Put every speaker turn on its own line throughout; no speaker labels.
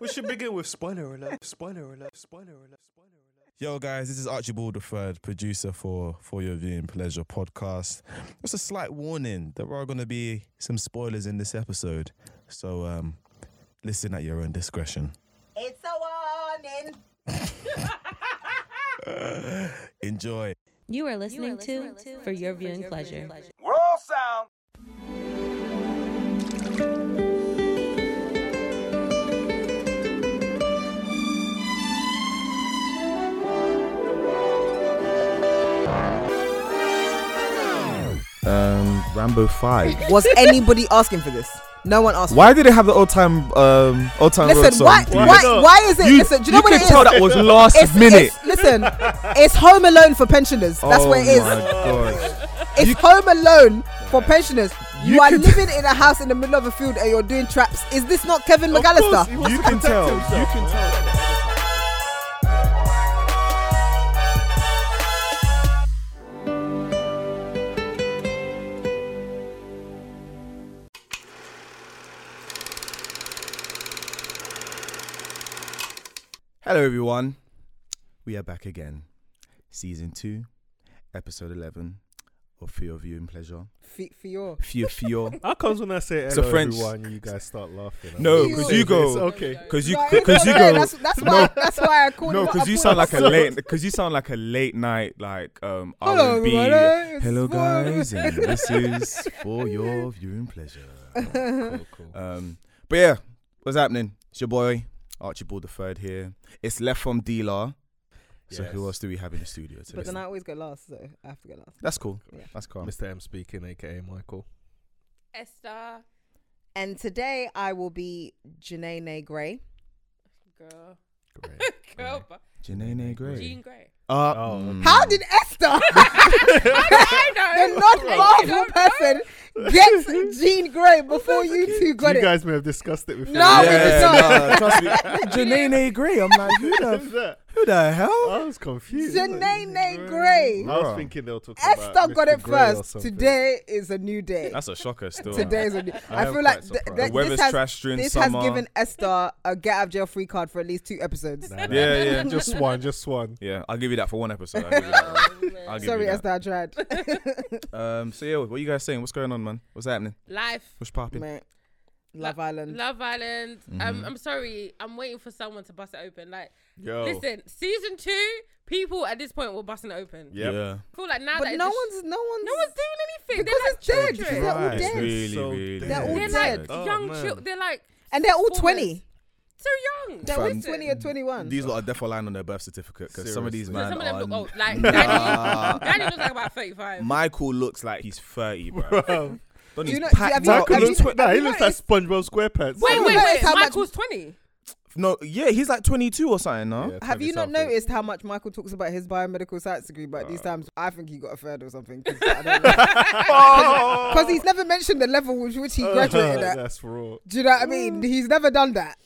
we should begin with spoiler alert, spoiler alert, spoiler alert, spoiler alert.
Yo, guys, this is Archibald the Third, producer for For Your Viewing Pleasure podcast. Just a slight warning: there are going to be some spoilers in this episode, so um, listen at your own discretion.
It's a warning.
Enjoy.
You are listening, to, For Your Viewing Pleasure.
um, Rambo Five.
Was anybody asking for this? No one asked.
Why did they have the old time, um, old time road
Listen,
song?
why,
please?
why,
Why
why,
not?
is it?
You,
listen, do you know
you
what
can
it is?
tell that was last
it's,
minute.
it's- listen, it's Home Alone for pensioners. That's
oh
what it is.
my gosh.
It's Home Alone for pensioners. You,
You
are
could-
living in a house in the middle of a field and you're doing traps. Is this not Kevin McAllister?
You can tell. You can tell. Hello, everyone. We are back again. Season 2, episode 11 of Fear of You and Pleasure.
F- Fior.
Fear, Fear.
How comes when I say hello
It's a French-
everyone, you guys start laughing? I'm
No,
like,
because
"Say
you
go-
this, Okay.
Because you,
No, it's
cause you go.
okay. That's, that's why. That's why I called.
No,
him out.
because
I
you
called
sound
him
like a
out.
late, because you sound like a late night, like um,
Hello,
R&B.
everybody, it's
Hello
Ford."
guys, and this is for your viewing pleasure. Um, but yeah, what's happening? It's your boy Archibald the Third here. It's left from Dealer. So
Yes.
who else do we have in the studio today?
But then I always go last, so I have to go last.
That's cool.
Yeah.
That's calm.
Mr. M speaking, aka Michael.
Esther,
And today I will be Janae Gray.
girl,
Great.
girl, bu-
Janene Gray.
Jean Grey.
Uh,
Oh,
mm.
How did Esther?
Hmm. I know.
the not
Like,
Marvel
you know,
person gets Jean Grey before you two got
you
it.
guys may have discussed it before.
No, we did not.
yeah, nah, trust me. Janene Gray. I'm like, who the,
that?
who the hell?
I was confused.
Janene Gray.
I was
Bruh.
thinking they were talking about
Esther got
Mr.
it
Grey or
first.
something.
Today is a new day.
That's a shocker. Still.
Today is a new.
I
I,
am
feel
quite
like th-
surprised.
th-
The weather's
this has,
trash during
this
summer.
has given Esther a get out of jail free card for at least two episodes.
Nah, nah,
Yeah,
nah.
yeah.
Just one, just one.
Yeah, I'll give you that for one episode. I'll give you that. I'll give
Sorry,
you
Esther, I tried.
that. Um, so yeah, what you guys saying? What's going on, man? What's happening?
Life,
What's popping?
Man, Love Island.
Love Island. Um, I'm sorry. I'm waiting for someone to bust it open. Like,
Oh.
Yo.
listen, season two, people at this point were busting it open.
Yep.
Yeah,
I feel like now
But
that
no
it's just-
one's, no one's,
no one's doing anything.
Because
they're like
it's dead.
children.
They're all
Right,
dead.
really,
So
really. Uh,
dead.
They're all
They're
dead.
like
Oh,
young
man.
children. They're like
and they're all
forwards.
twenty.
too young.
They're all twenty or twenty-one.
These lot are deaf lying on their birth certificate because some of these
Seriously.
man
Some of them
are-
look old. Like
Nah.
Danny, Danny looks like about 35.
Michael looks like he's thirty, bro.
Bro,
Don't
Do
he's
you know-
packed
have you-
out.
Michael
have you-
looks, nah, he
you
looks like SpongeBob SquarePants.
wait,
Have you noticed
wait, wait.
how much-
Michael's 20.
No, yeah, he's like twenty-two or something. No,
Yeah,
Have you not
20-something.
noticed how much Michael talks about his biomedical science degree? But these times, I think he got a third or something because he's never mentioned the level with which he graduated
Uh,
at.
That's raw.
Do you know what I mean? He's never done that.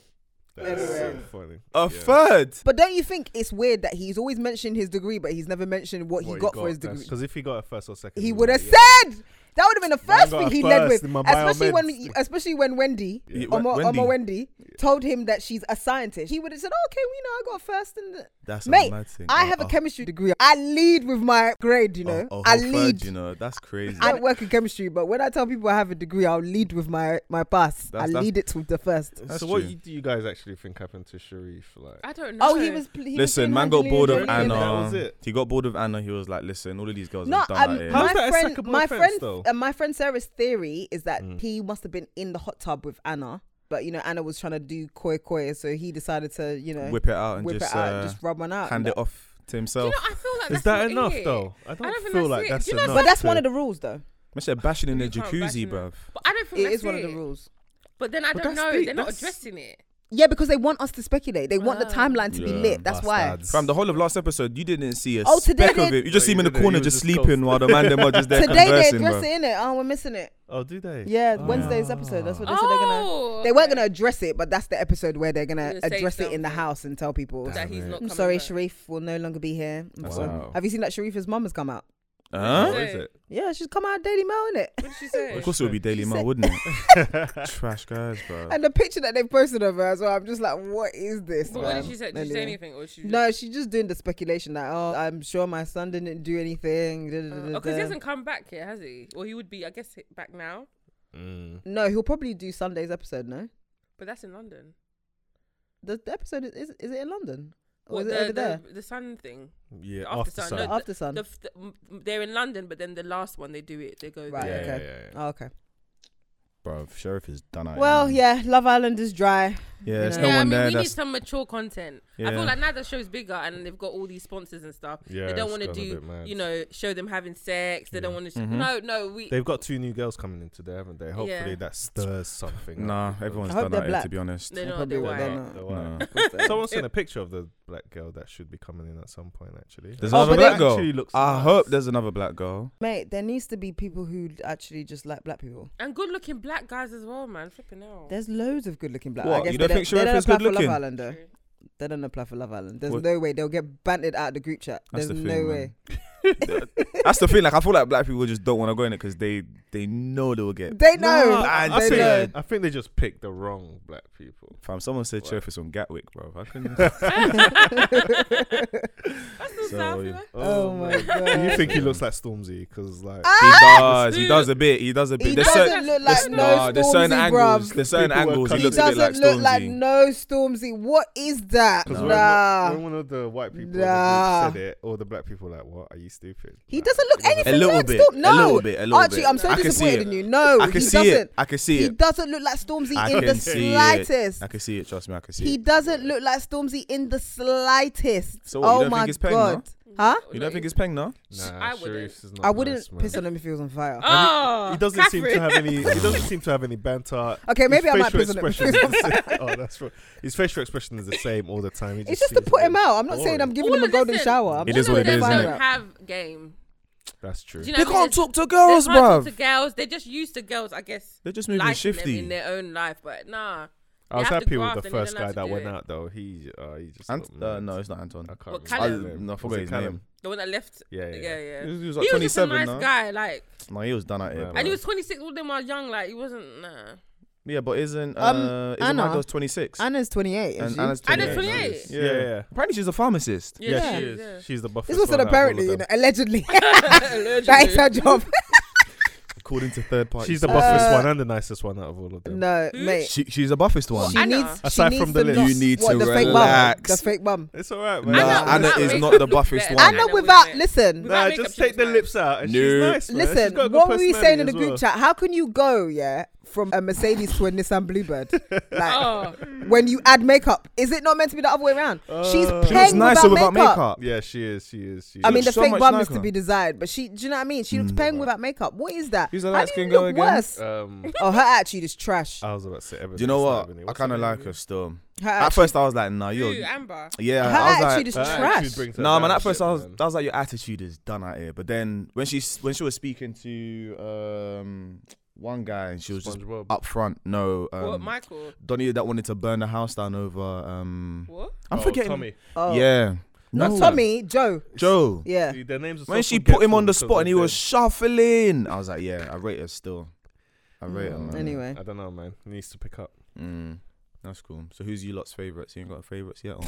That's so funny.
a third.
But don't you think it's weird that he's always mentioned his degree, but he's never mentioned what, he got for his degree?
Because if he got a first or second,
He
he'd
would
be
have
like,
said that would have been the
Man
first
got
thing
a
he
first
led with,
in my
especially
biomeds.
when especially when Wendy,
Yeah,
Oma,
Wen-
Oma
Wendy.
Wendy, told him that she's a scientist. He would have said, oh, "Okay, we know I got a first in the
That's a
Mate,
mad thing.
I
Oh,
have a
oh,
chemistry degree. I lead with my grade, you
oh,
know.
oh,
I
whole third,
lead.
You know, that's crazy.
I don't work in chemistry, but when I tell people I have a degree, I'll lead with my my pass.
That's-
I
that's-
lead it with the first.
That's
so what
true.
you- do you guys actually think happened to Sharif? Like,
I don't know.
Oh, he was. pl- He was
Listen,
doing
man got
Angelina
bored of
Jolie
Angelina,
Anna.
and-
that was it.
He got bored of Anna. He was like, "Listen, all of these girls
No,
have done
um,
that." here."
How's
my
that a
friend,
second
my
offense,
friend,
though?
uh, my friend Sarah's theory is that
Mm.
he must have been in the hot tub with Anna, but you know Anna was trying to do koi koi, so he decided to you know
Whip it out and
whip
just,
it out,
uh,
and just rub one out.
hand it off to
Do you
himself.
know, I feel
is
like that's
that
not
enough
it.
though? I don't,
don't think
feel
that's
like
it.
that's
Do you know
enough.
But that's
to-
one of the rules, though.
Mister bashing in the
You can't bash
jacuzzi,
in
bruv.
it. But I don't think
It
that's
is one of the
it.
rules.
But then I
But
don't
that's
know.
the-
They're not
that's-
addressing it.
Yeah, because they want us to speculate. They want the
Oh.
timeline to be
Yeah,
lit. That's why.
bastards.
From the whole of last episode, you didn't see a
Oh, today
speck of
they-
it. You just
No,
see him
you
in the
didn't.
corner
He was
just
just
sleeping while the man them are just there
Today they
conversing,
address
bruv.
it in it. Oh, we're missing it.
Oh, do they?
Yeah,
Oh.
Wednesday's episode. That's what they said they're gonna.
Oh,
They weren't
okay.
gonna address it, but that's the episode where they're gonna
Gonna say
address it in the
something.
house and tell people.
that he's not.
I'm
coming
sorry,
back.
Sharif will no longer be here. I'm
Wow.
sorry. Have you seen that Sharif's mum has come out?
Huh?
What
What
is
is
it?
it?
Yeah, she's come out of Daily Mail, innit?
What did she say?
Of course it would be Daily Mail, wouldn't it? Trash guys, bro.
And the picture that they posted of her as well, I'm just like, what is this?
But what
man?
did she say? Did she
Anyway.
say anything? Or she
No, she's just doing the speculation that oh, I'm sure my son didn't do anything. da, da, da, da,
Because Oh, he
da.
hasn't come back yet, has he? Or he would be, I guess, h- back now.
Mm.
No, he'll probably do Sunday's episode. No,
But that's in London.
the, the episode is, is is it in London? Or
What,
Oh, is it
the,
over there? Um,
the, the sun thing.
Yeah,
After
after,
sun,
sun.
no,
After Sun.
The, f- the, m- they're in London, but then the last one they do it. They go
Right,
yeah,
there.
okay.
yeah, yeah, yeah.
Oh, okay.
Bro, Sheriff is done out.
Well,
man.
yeah, Love Island is dry.
Yeah, there's
Yeah,
no
yeah, I
one
mean,
there.
we need
That's
some mature content. I
Yeah.
feel like now the show's bigger and they've got all these sponsors and stuff.
yeah
they
it's
don't want to
gone a
do,
bit mad.
you know, show them having sex. They don't
Yeah.
want to. Sh-
Mhm.
No, no, we.
They've got two new girls coming in today, haven't they? Hopefully
Yeah.
that stirs something.
nah,
up.
everyone's
I hope
done
they're
out here, to
black.
be honest.
They're
They
not.
probably
They're
were,
white.
they're
Nah,
not.
they're
Nah.
white. Someone's seen a picture of the black girl that should be coming in at some point. Actually,
There's
Oh,
another
but
black
they-
girl.
Actually looks
I
nice.
hope there's another black girl.
Mate, there needs to be people who actually just like black people.
And good looking black guys as well, man. Flipping hell.
There's loads of good looking black. I
What,
guess
you
they
don't think
they
Sharif
don't
is good
apply for
looking?
Love Island though.
True.
They don't apply for Love Island. There's
What-
no way they'll get banted out of the group chat.
That's
There's
the
no
thing,
way.
man. That's the thing. Like, I feel like black people just don't want to go in it because they they know they will get.
They know.
Nah, I, I
they
think,
know.
I think they just picked the wrong black people.
Fam, someone said Sheriff is on Gatwick, bro. I couldn't.
That's not
So,
South,
yeah.
you know?
Oh my
man.
god.
Do you think he looks like Stormzy? Because like
Ah,
he does. He
Dude.
does a bit. He does a bit.
He
There's
doesn't
certain-
look
there's-
like no
nah, There's certain
Stormzy,
angles.
bruv.
There's certain
People were
angles. He
cutting-
He
looks a
doesn't
bit like
look like
Stormzy.
no Stormzy. What is that?
Because
No.
Nah.
when, one of the white people in the
Nah.
group said it, all the black people were like, "What are you stupid?"
He
Like,
doesn't look
he
A
anything
little
like
bit.
Storm.
A
No.
little bit. A little
Archie,
bit.
I'm so
I can see
disappointed
it.
in you. No,
I can
he
see
doesn't.
it. I can see
He
it.
doesn't look like Stormzy
I
in
can
the
see it.
slightest.
I can see it. Trust me, I can see
He
it.
doesn't look like Stormzy in the slightest.
So what, you
oh
don't
my
think it's Peng,
god, huh?
You don't think it's Peng, no?
Nah,
I
Sharif's is not
I wouldn't
nice, man.
piss on him if he was on fire.
Oh,
He doesn't seem to have any. He doesn't seem to have any banter.
Okay, maybe
His
I might
facial
piss on him.
expression is the same. Oh, that's right. His facial expression is the same all the time. He
It's just to
seems
put
a
him
bit
out. I'm not saying
boring.
I'm giving
All
him a
of this
golden
is-
shower. I'm
It
just
is what
putting
it
him
is,
out.
innit?
Don't have game.
That's true.
Do you know
They
what I mean?
can't talk to
They
girls,
can't talk
bro.
to girls. They're just used to girls, I guess.
They're just moving
Liking them
shifty.
in their own life, but nah.
I was
have to
happy with
graft
the
and you don't
first
have
guy
to
that
do
went
it.
out though. He uh, he just
Ant-
looked
uh,
mad.
no, it's not Anton.
I can't
What, Callum?
remember.
I- no, I
Was
forgot
it
his
Callum?
name.
The one that left.
Yeah, yeah.
yeah, yeah.
He was, he was like
He was just a
27.
nice
no?
guy, like,
no, he was done out here.
Yeah,
bro.
and he was 26. All them are young, like he wasn't. Nah.
Yeah, but isn't uh,
Um,
isn't
Anna.
my girl's 26?
Anna's 28.
And
isn't she?
Anna's
Anna's
28.
28.
Yeah, yeah. yeah.
Apparently, she's a pharmacist.
Yeah,
Yeah, she
yeah.
is.
Yeah.
She's the buffest.
It's what's
one
said
out of all
apparently,
of
you know,
them.
allegedly. that is
Allegedly.
her job.
According to third party.
She's the buffest
Uh,
one and the nicest one out of all of them.
No, mate.
She, she's the buffest one.
She
Anna.
needs. She
Aside
needs
from the
to
list.
not-
You need
what,
to
the Fake bum,
relax.
the fake bum.
It's all right,
Nah,
man.
Anna
without
is
makeup
not the
looks
buffest
better.
one.
Anna
wouldn't
without
it?
listen,
Without
Nah,
makeup,
just
she was
take the
nice.
lips out and she's
No.
nice, man. She's
listen.
got a good
What were we saying
personality
in the
as
group
well.
chat? How can you go yeah from a Mercedes to a Nissan Bluebird? Like
Oh,
when you add makeup, is it not meant to be the other way around? She's
Uh,
playing
She looks nicer
without makeup.
Yeah, she is. She is. She
I mean,
is.
the
so
fake
much
bum is
nicer.
to be desired, but she, do you know what I mean? She looks paying without makeup. What is that?
Who's the
How do
light-skinned
you
girl
look
again?
worse?
Um,
oh, her attitude is trash.
I was about to say. Evan
Do you know
Snyder,
what?
innit?
I
What's
kind of
her
like
name?
her still.
Her
At
attitude,
first, I was like, nah,
Ooh,
you're.
Amber.
Yeah,
her
I was like,
attitude is
Her attitude
trash.
brings her
No, man.
down
At first,
shit,
I was,
man.
I was like, your attitude is done out here. But then when she s- when she was speaking to um one guy and she was just
SpongeBob.
up front, no,
what,
um,
Michael?
Donnie that wanted to burn the house down over. Um,
What?
I'm
Oh,
forgetting.
Tommy.
Oh.
Yeah,
Not
No.
Tommy, Joe.
Joe.
Yeah.
Their names are so
When she put him on the
forgetful
spot and he
because
was shuffling, I was like, yeah, I rate her still. I rate her. Man.
Anyway.
they're- I don't know, man. He needs to pick up.
Mm, that's cool. So who's you lot's favourites? You ain't got favourites yet? Or?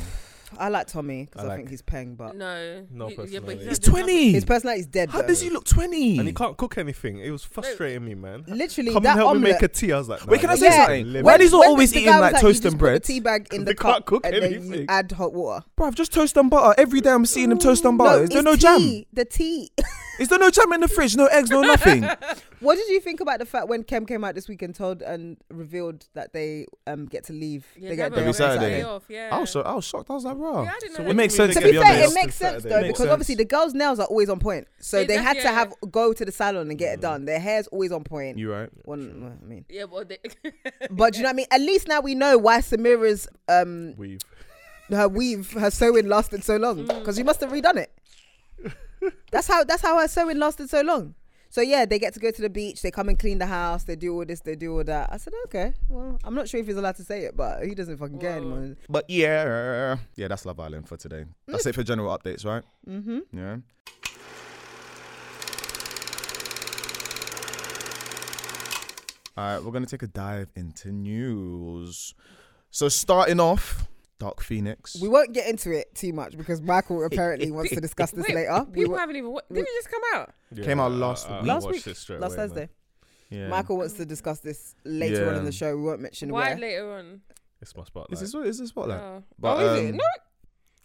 I like Tommy because
I
I,
like-
think he's paying,
Uh,
but
No.
No
You- yeah,
personality.
but he
He's
doesn't have-
his personality is dead.
How
though.
does he look twenty?
And he can't cook anything. It was frustrating me, man.
Literally,
Come
that
and help
omelet.
me make a tea. I was like,
Wait,
nah,
can I
this
say
is
Yeah.
something?
living.
Why does he
When
always
the
eating
guy was
like
you
toast and
just put the
bread?
Tea bag in the
They can't
cup,
cook
and then you
anything.
add hot water. Mm.
Bruv, just toast and butter every day. I'm seeing him toast and butter. Is there
it's
no jam?
tea, The tea.
Is there no jam in the fridge? No eggs, no nothing.
What did you think about the fact when Kem came out this week and told and revealed that they um get to leave?
Yeah,
they
they
get
have
a day
Every
a
off on
Saturday.
off, Yeah.
I was Oh, so, I was shocked. I was like, bro.
Yeah, I didn't
So
know.
it
that.
makes sense
To
to
be
be
fair, it
honest.
makes sense though
Makes
because
sense.
obviously the girls' nails are always on point, so
They
they,
def-
had to
yeah.
have go to the salon and
Mm.
get it done. Their hair's always on point.
You right?
Well, well, I mean,
Yeah, but they,
but do you know what I mean? At least now we know why Samira's um
Weave.
her weave, her sewing lasted so long
Mm.
because you must have redone it. that's how that's how her sewing lasted so long. So yeah, they get to go to the beach. They come and clean the house. They do all this. They do all that. I said okay. Well, I'm not sure if he's allowed to say it, but he doesn't fucking care
Well-
anymore.
But yeah, yeah, that's Love Island for today. That's it for general updates, right?
Mm-hmm.
Yeah. All right, we're gonna take a dive into news. So starting off, Dark Phoenix.
We won't get into it too much because Michael apparently wants to discuss this
Wait,
later. We
People
won't-
haven't even. What, did it just come out?
Came out last week.
Last
uh, watched
week?
it straight
last
away, man.
Thursday.
yeah.
Michael wants to discuss this later on in
Yeah.
the show. We won't mention
Why
where.
later on?
It's my spotlight.
Is this what? Is this what? Like?
Oh.
But,
oh, is it?
um,
No.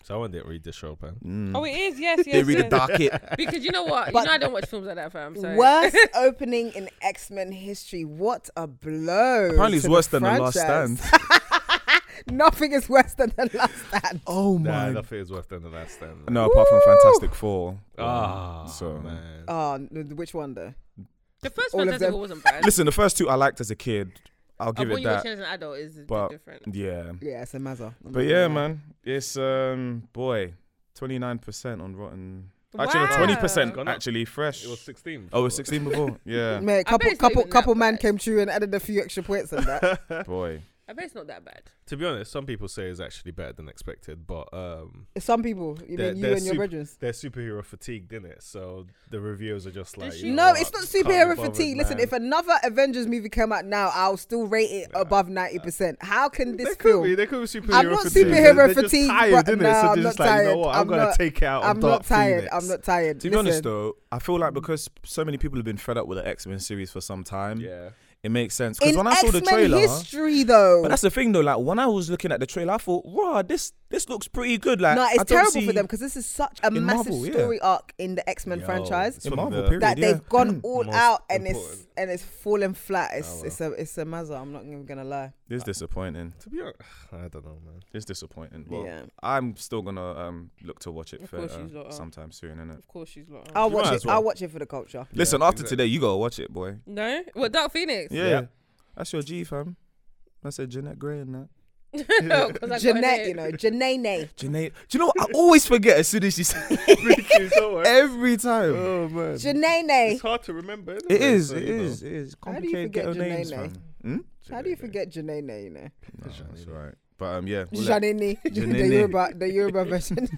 Someone didn't read the show, man.
Mm.
Oh, it is. Yes, yes.
they read the
yes.
docket.
Because you know what?
But-
you know I don't watch films like that, fam. So.
Worst opening in X Men history. What a blow!
Apparently, it's
to
worse than the Last
franchise.
Stand.
Nothing is worse than the Last Stand.
Oh
Nah, nothing is worse than the last stand. man.
No, apart from
Woo!
Fantastic Four.
Ah,
So-
man.
Oh, n- which one though?
The first
All of
Fantastic
them.
Four wasn't bad.
Listen, the first two I liked as a kid. I'll
Of
give
when
it
you watch it
that.
as an adult is a bit
But-
different.
Yeah.
Yeah, it's a mazza.
But yeah, man, it's um boy, twenty nine percent on Rotten. Actually,
Wow.
twenty percent
Gone up.
actually fresh.
It was 16.
oh, it was sixteen before. Yeah,
Mate, couple
it's not
couple
even that
couple man
bad.
came through and added a few extra points on that.
boy.
I bet it's not that bad.
To be honest, some people say it's actually better than expected, but um,
Some people, you
They're-
mean you
they're
and your
super-
brethren.
they're superhero fatigued, in it? So the reviews are just like, you know
No,
what,
it's not
can't be
superhero
bothered,
fatigue. Listen,
man.
if another Avengers movie came out now, I'll still rate it above ninety percent. How can
they
this
could
film?
be, they could be superhero
I'm not
fatigue.
superhero
They're just
fatigue,
tired,
but
innit?
no,
so
I'm
they're just
not
like, you
tired.
know what? I'm,
I'm
gonna
not-
take out.
I'm
Dark
not tired.
Phoenix.
I'm not tired.
To be
Listen,
honest though, I feel like because so many people have been fed up with the X Men series for some time,
Yeah,
it makes sense. Because
in
when I saw the
X-Men
trailer,
history though,
but that's the thing though. Like when I was looking at the trailer, I thought, "Wow, this this looks pretty good." Like,
no,
I
it's
don't
terrible
see-
for them because this is such a
In
massive
Marvel, yeah.
story arc in the X-Men
Yo,
franchise
it's
in
one of
Marvel,
the-
period.
that
yeah.
they've gone
Mm.
all
Most
out and it's
important.
and it's fallen flat. It's
Oh, well.
it's a it's a mazza. I'm not even gonna lie.
It's disappointing.
to be honest, I don't know, man.
It's disappointing. Well,
yeah,
I'm still gonna um look to watch it
Of
for
course she's
uh,
not.
sometime soon, innit?
Of course, she's not.
I'll
You
watch
might
it.
as well.
I'll watch it for the culture.
Listen,
Yeah,
after
exactly.
today, you gotta watch it, boy.
No, what Dark Phoenix?
Yeah.
Yeah.
That's your G, fam. That's a Jeanette Grey and that.
Oh, 'Cause I got
Jeanette,
it.
you know, Janae.
Jeanette. Do you know what? I always forget as soon as she says
It's all right.
every time.
Oh man,
Janae.
it's hard to remember. isn't
It is.
So,
It
you know.
is. It is.
How do you
Complicated
forget
ghetto names,
Janae?
fam. Hmm?
How do you
Jeanette.
forget Janae? You know,
No, that's all right. But um, yeah. we'll let-
Janine. The
Janine.
Yoruba, the Yoruba version.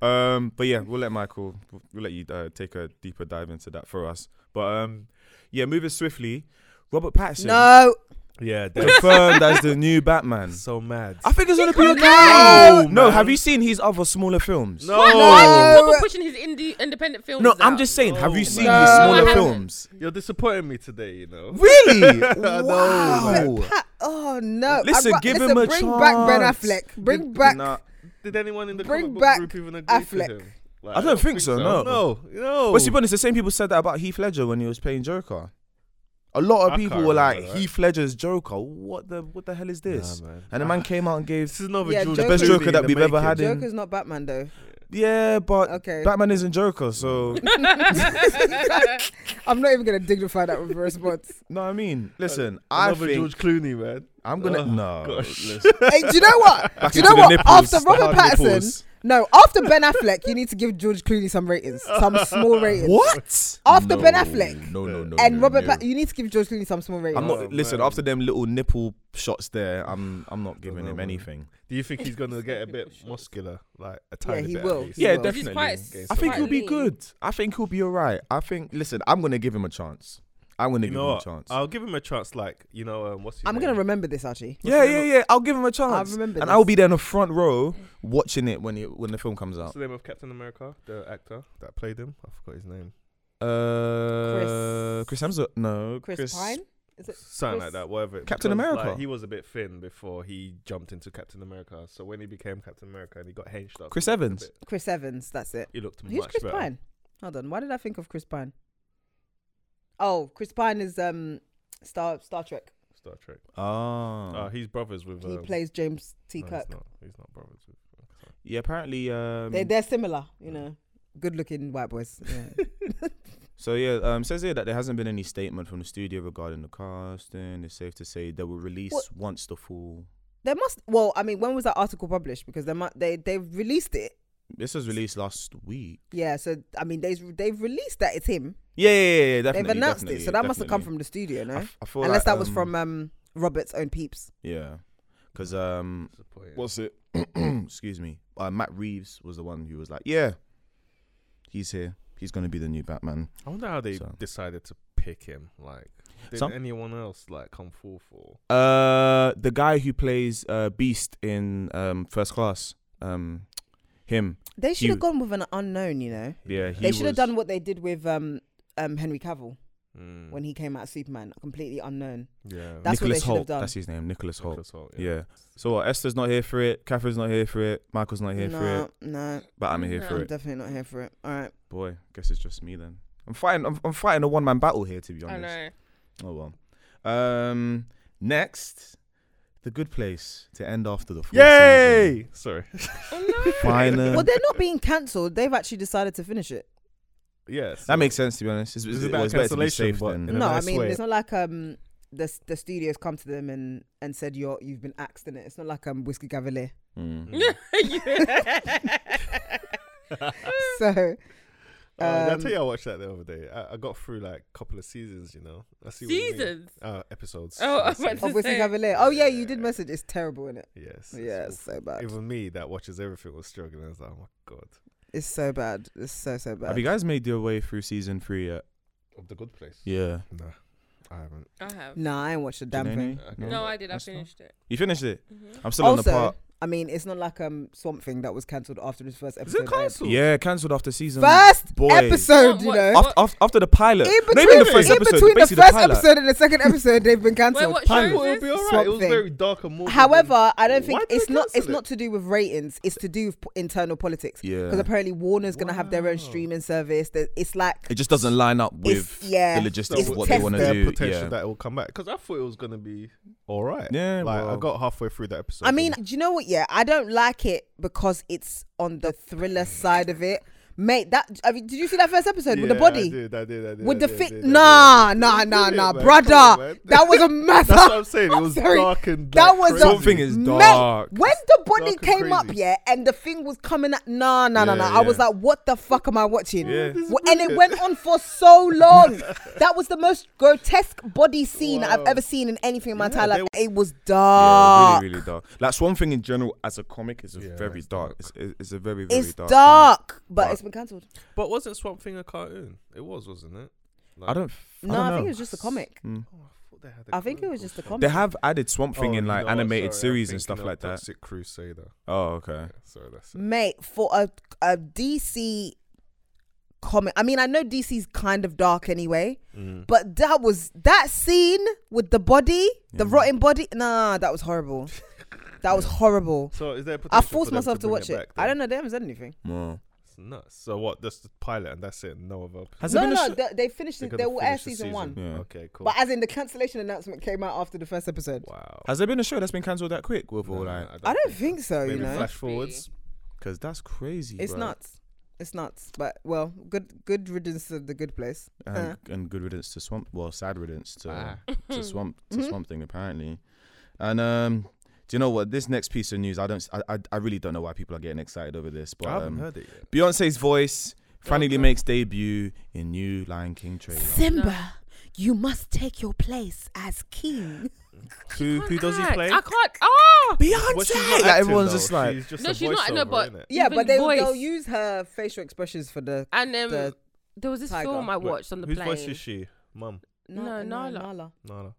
Um, but yeah, we'll let Michael, we'll let you uh, take a deeper dive into that for us. But um, yeah, moving swiftly, Robert Pattinson
no,
Yeah, they're
confirmed as the new Batman.
so mad.
I think it's gonna be okay.
No,
No,
man.
have you seen his other smaller films?
No,
No.
People pushing his indie independent films.
no, I'm
out.
just saying. Have you
No,
seen
man.
his
No, I
smaller
haven't.
films?
you're disappointing me today. You know.
Really?
know,
wow.
Pat- oh no!
Listen,
I'd
give
listen,
him a
bring back Ben
chance.
Affleck. Bring back.
Nah.
Did anyone in the
Bring
comic
back
book group even agree
Affleck.
to him? Like,
I don't think so, no.
No,
Oh.
no.
But to be honest, the same people said that about Heath Ledger when he was playing Joker. A lot of
I
people
can't
were like,
remember that.
Heath Ledger's Joker. What the what the hell is this?
Nah, man.
And the man came out and gave
This is another
Yeah,
George
Joker-
Clooney
Best Joker
in
that
the
we've ever
making.
had in-
Joker's not Batman though.
Yeah, but
Okay.
Batman isn't Joker, so
I'm not even gonna dignify that with a response.
no, I mean, listen, I
Another
think
George Clooney, man.
I'm gonna
Oh,
no.
gosh.
listen.
hey, do you know what?
Back
do
into
you
the
know what?
nipples,
after
the
Robert
hard
Patterson,
nipples.
no, after Ben Affleck, you need to give George Clooney some ratings, some small ratings.
What?
After
No,
Ben Affleck
No, no, no.
and
no,
Robert,
no.
Pat- you need to give George Clooney some small ratings.
I'm
Oh,
not listen,
man.
after them little nipple shots there, I'm I'm not giving
know,
him
man.
anything.
Do you think he's gonna get a bit muscular, like a
yeah,
tiny
he
bit?
will.
At least?
he
Yeah,
will.
definitely.
He's quite,
Okay, so-
I think
quite
he'll be
lean.
good. I think he'll be alright. I think listen, I'm gonna give him a chance. I'm gonna
You
give
know
him a
what?
chance.
I'll give him a chance. Like you know, um, what's his
I'm
name?
gonna remember this, Archie.
yeah, yeah, yeah. I'll give him a chance.
remember
and
this.
I'll be there in the front row watching it when it, when the film comes
What's
out.
the name of Captain America, the actor that played him? I forgot his name.
Uh, Chris Hemsworth? No,
Chris, Pine. Is it?
Something
Chris-
like that, whatever. it-
Captain
because,
America?
Like, he was a bit thin before he jumped into Captain America. So when he became Captain America and he got hinged up,
Chris
he looked a
Evans?
bit-
Chris Evans. That's it.
He looked
Who's
much
Chris
better.
Pine? Hold on. Why did I think of Chris Pine? Oh, Chris Pine is um Star Star Trek.
Star Trek.
Oh.
Uh, he's brothers with.
He
um,
plays James T.
no,
Kirk.
He's not, he's not brothers with. okay,
yeah, apparently. Um,
They they're similar, you
Mm.
know. Good looking white boys. Yeah.
so, yeah, um, says here that there hasn't been any statement from the studio regarding the casting. It's safe to say they will release
What?
once the full.
there must well, I mean, when was that article published? Because they might they they've released it.
This was released last week.
Yeah, so I mean they've they've released that it's him.
Yeah, yeah, yeah, yeah definitely.
they've announced it.
definitely,
So that must have come
definitely.
from the studio, no?
I f- I feel
Unless
like,
that was
um,
from um Robert's own peeps.
Yeah. Because um,
disappointing.
What's it? Excuse me. Uh, Matt Reeves was the one who was like, "Yeah, he's here. He's going to be the new Batman."
I wonder how they
So-
decided to pick him. Like, Did
Some-
anyone else like come forth for?
Uh, the guy who plays uh, Beast in um, First Class, um, him.
They should
You-
have gone with an unknown, you know.
Yeah,
they
He
should have done what they did with um, um, Henry Cavill
Hmm.
Mm,
when he came out as Superman, completely unknown.
yeah.
That's what they
Nicholas
should
Holt.
have done.
That's his name, Nicholas Holt.
Nicholas Holt,
yeah. So what, Esther's not here for it. Catherine's not here for it. Michael's not here for
No,
it.
no,
But I'm here for
I'm
it.
definitely not here for it. All right.
Boy, guess it's just me then. I'm fighting. I'm, I'm fighting a one man battle here, to be
I
honest.
know.
Oh well. Um, next, the good place to end after the. fourth
Yay! Sorry.
Oh no.
Final.
Well, they're not being cancelled. They've actually decided to finish it.
Yeah. so-
That makes sense to be honest. It's,
This
it's,
is about
it's better to be
cancellation,
safe
but
than-
in a
no,
nice
I mean
way.
it's not like um the s- the studios come to them and and said you're you've been axed in it. It's not like um Whiskey Cavalier.
Mm.
Oh,
So
did Uh, I
Um,
tell you I watched that the other day. I, I got through like a couple of seasons, you know. I see what you mean.
Seasons.
Uh, episodes.
Oh, I
let's
was about
say.
of Whiskey
say-
Cavalier. Oh yeah, you did
Yeah.
message. It's terrible in it.
yes.
Yeah,
it's
it's so bad.
awful. Even me that watches everything was struggling. I was like, oh my god.
It's so bad. It's so so
Have
bad.
you guys made your way through season three yet?
Of the good place.
Yeah.
Nah, I haven't.
I have.
Nah, I ain't watched a damn thing.
No,
No, I did. I
that's not-
finished it.
You finished it.
Mhm.
I'm still on the
Also,
part.
I mean, it's not like um Swamp Thing that was cancelled after this first
Is
episode.
it
aired.
cancelled?
Yeah, cancelled after season.
First
boy.
episode,
What-
you
what-
know.
what-
After, after, the pilot.
in
No,
between,
even the first
in
episode.
between the
basically
first
pilot.
episode and the second episode, they've been
Wait,
cancelled.
what show
It
is
would be
this?
alright.
Swamp
It was
Thing.
very dark and morbid.
However, I don't
Why
think
did
it's
they
not it's
cancel it?
not to do with ratings. It's to do with p- internal politics. Because
Yeah.
apparently Warner's gonna have their own
Wow.
streaming service. That it's like
It just doesn't line up with
It's- yeah.
the logistics
It's
of what they want to
tested.
their
do.
potential
Yeah.
that it will come back because I thought it was gonna be all right.
Yeah,
like I
well.
got halfway through that episode.
I mean, do you know what? Yeah, I don't like it because it's on the thriller side of it, mate. That I mean, did you see that first episode with the
Yeah, I
body?
did, I did, I did,
With
I
the
did, I
fit,
did, I
nah,
did.
nah, nah,
Brilliant,
nah,
man.
brother.
Come on, man.
that was a mess.
That's what I'm saying. It
I'm
was
sorry.
dark and
That
like,
was
crazy.
a
Something is
mate,
dark.
When the body
Dark and
came up,
crazy.
yeah, and the thing was coming at nah, nah, nah,
Yeah,
nah. I was
yeah.
like, what the fuck am I watching?
Yeah. This
is
Wh- And it
brilliant.
went on for so long. that was the most grotesque body scene I've
Wow.
ever seen in anything in my
Yeah,
entire life. It was
Yeah,
dark.
really, really dark. Like Swamp Thing in general, as a comic, is a
Yeah,
very
it's
dark.
dark.
It's, it's it's a very, very
It's
dark.
dark,
comic.
but
But-
it's been cancelled.
But wasn't Swamp Thing a cartoon? It was, wasn't it?
I don't.
No,
don't
I, think
know.
it was just a comic.
Mm.
Oh, I thought they had.
I think it was just a comic.
They have added Swamp Thing
Oh,
in
you
like
know what,
animated
sorry, I'm
series and
thinking
stuff
of
like that.
Toxic Crusader.
Oh, okay.
Yeah, sorry, that's it.
Mate, for a, a DC comic, I mean, I know DC's kind of dark anyway, but that was that scene with the body, the
Mm.
Yeah.
rotting body. Nah, that was horrible. That was horrible.
So is there?
I
potential for
forced
them
myself to,
bring
watch it.
back
I
then?
don't know. They haven't said anything.
Well.
It's nuts. So what? That's the pilot, and that's it. No other.
Has it
no,
been a
no,
sh-
they, they finished.
They're
it.
gonna
They will air
finish the
season, one.
Yeah.
Okay, cool.
But as in the cancellation announcement came out after the first episode.
wow.
Has there been a show that's been cancelled that quick with all
No,
like?
I don't think so.
Maybe
you know,
flash forwards.
Because that's crazy.
it's
bruh.
nuts. It's nuts. But well, good good riddance of the good place.
And,
Uh.
and good riddance to swamp. Well, sad riddance to
Ah.
to swamp to
Mhm.
swamp thing apparently. And um, do you know what? This next piece of news, I don't. s- I I, I really don't know why people are getting excited over this, but
I haven't
um,
heard it yet.
Beyonce's voice finally
God.
makes debut in new Lion King trailer.
Simba, you must take your place as king.
who who does he
Act.
play?
I can't. Oh,
Beyonce.
Well, she's not
Like,
acting,
everyone's
though.
just like.
she's just
No,
a
she's not- no,
voiceover,
but-
innit?
Yeah,
Even
but they,
voice.
they'll use her facial expressions for the.
and um,
the
there was this
tiger.
film I
Wait,
watched on the
whose
plane.
voice is she? Mum.
Na-
No,
na-
Nala.
Nala.
No, no.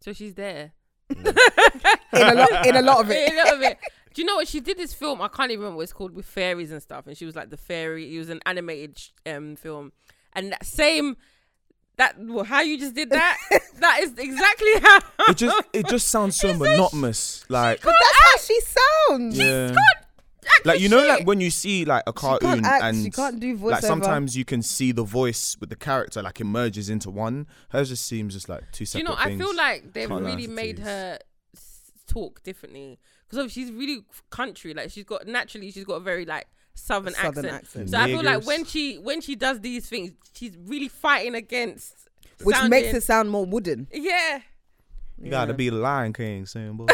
So she's there.
In a lot, in a lot of it.
In a lot of it. Do you know what she did? This film I can't even remember what it's called with fairies and stuff. And she was like the fairy. It was an animated sh- um film, and that same that well, how you just did that. that is exactly how.
It just it just sounds so
It's like-
monotonous. Like
But that's how Ah, she sounds.
yeah.
Act
like
for
you know
shit.
like when you see like a
She
cartoon
can't act.
and
she can't do voiceover.
like sometimes you can see the voice with the character like it merges into one hers just seems just like two
Do
separate
you know?
things
I feel like they've
Can't
really
lie.
made her s- talk differently because she's really country. Like she's got naturally, she's got a very like southern,
Southern
accent.
accent.
So I feel like
Niggers.
when she when she does these things, she's really fighting against
which
sounding-
makes it sound more wooden.
Yeah,
you gotta be the lion king symbol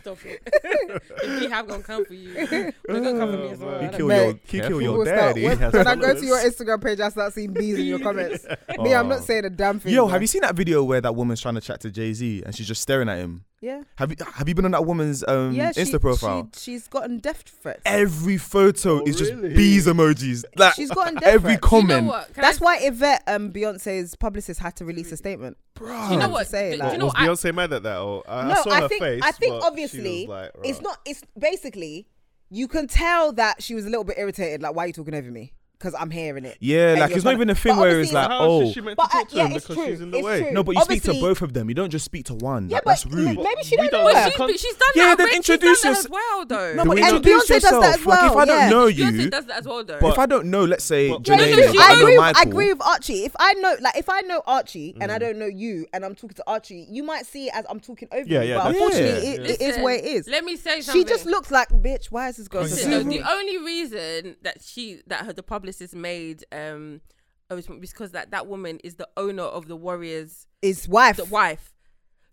stop it. we have gonna come for you. They're gonna come for me as well.
Oh, you
Like,
kill
Mate,
your you kill
People
your
will start-
daddy
when, when I go to your Instagram page, I start seeing bees in your comments. Me, I'm not saying a damn thing.
Oh. yo
bro.
have you seen that video where that woman's trying to chat to jay-z and she's just staring at him
Yeah.
Have you have you been on that woman's um
yeah,
Insta
she,
profile?
She, she's gotten death threats.
every photo
Oh,
is just
really?
bees emojis. Like
she's gotten death
every
threats.
Do You
comment.
know what? Can I
That's why Yvette, um, Beyonce's publicist, had to release a statement.
Do you know
to
what?
say,
do, do
like-
you
What,
know
was
what? I,
Beyonce mad at that? Or I, I
no,
saw
I
her
think
face.
I think
but she was
obviously
like,
it's
"Rah."
not. It's basically you can tell that she was a little bit irritated. Like, why are you talking over me? Because I'm hearing it.
Yeah,
And
like
you're
it's not
trying to-
even a thing
but
where it's
obviously-
like,
How is
oh,
she, she meant
But,
to
uh,
talk to
yeah,
him
it's
because
true,
she's in the
it's
way?
true.
no, but you speak to
Obviously-
both of them. You don't just speak to one.
Yeah,
Like,
but
"Oh, that's rude.
ma- maybe
We
she don't
don't
know
know
her.
the
She's,
Con-
been- she's done
Yeah,
that.
then
already.
introduce
she's done that
yourse-
as well, though.
No, but
we
and
introduce
Beyonce does that
yourself?
as
Like, if
well,
I
yeah.
don't know
Beyonce
you,
does that as well, though.
if I don't know, let's say
But-
Janae,
No, no, no,
but
she-
I
I
know
agree, with, I
Michael.
agree with Archie. If I know, like, if I know Archie and I don't know you, and I'm talking to Archie, you might see it as I'm talking over
Yeah,
you.
yeah,
but
that's-
unfortunately,
Yeah.
it, it is
Listen,
where it is.
Let me say something.
She just looks like bitch. Why is this girl? so
Listen, though,
stupid?"
the only reason that she that her the publicist made um a response was because that that woman is the owner of the Warriors
His wife.
the wife.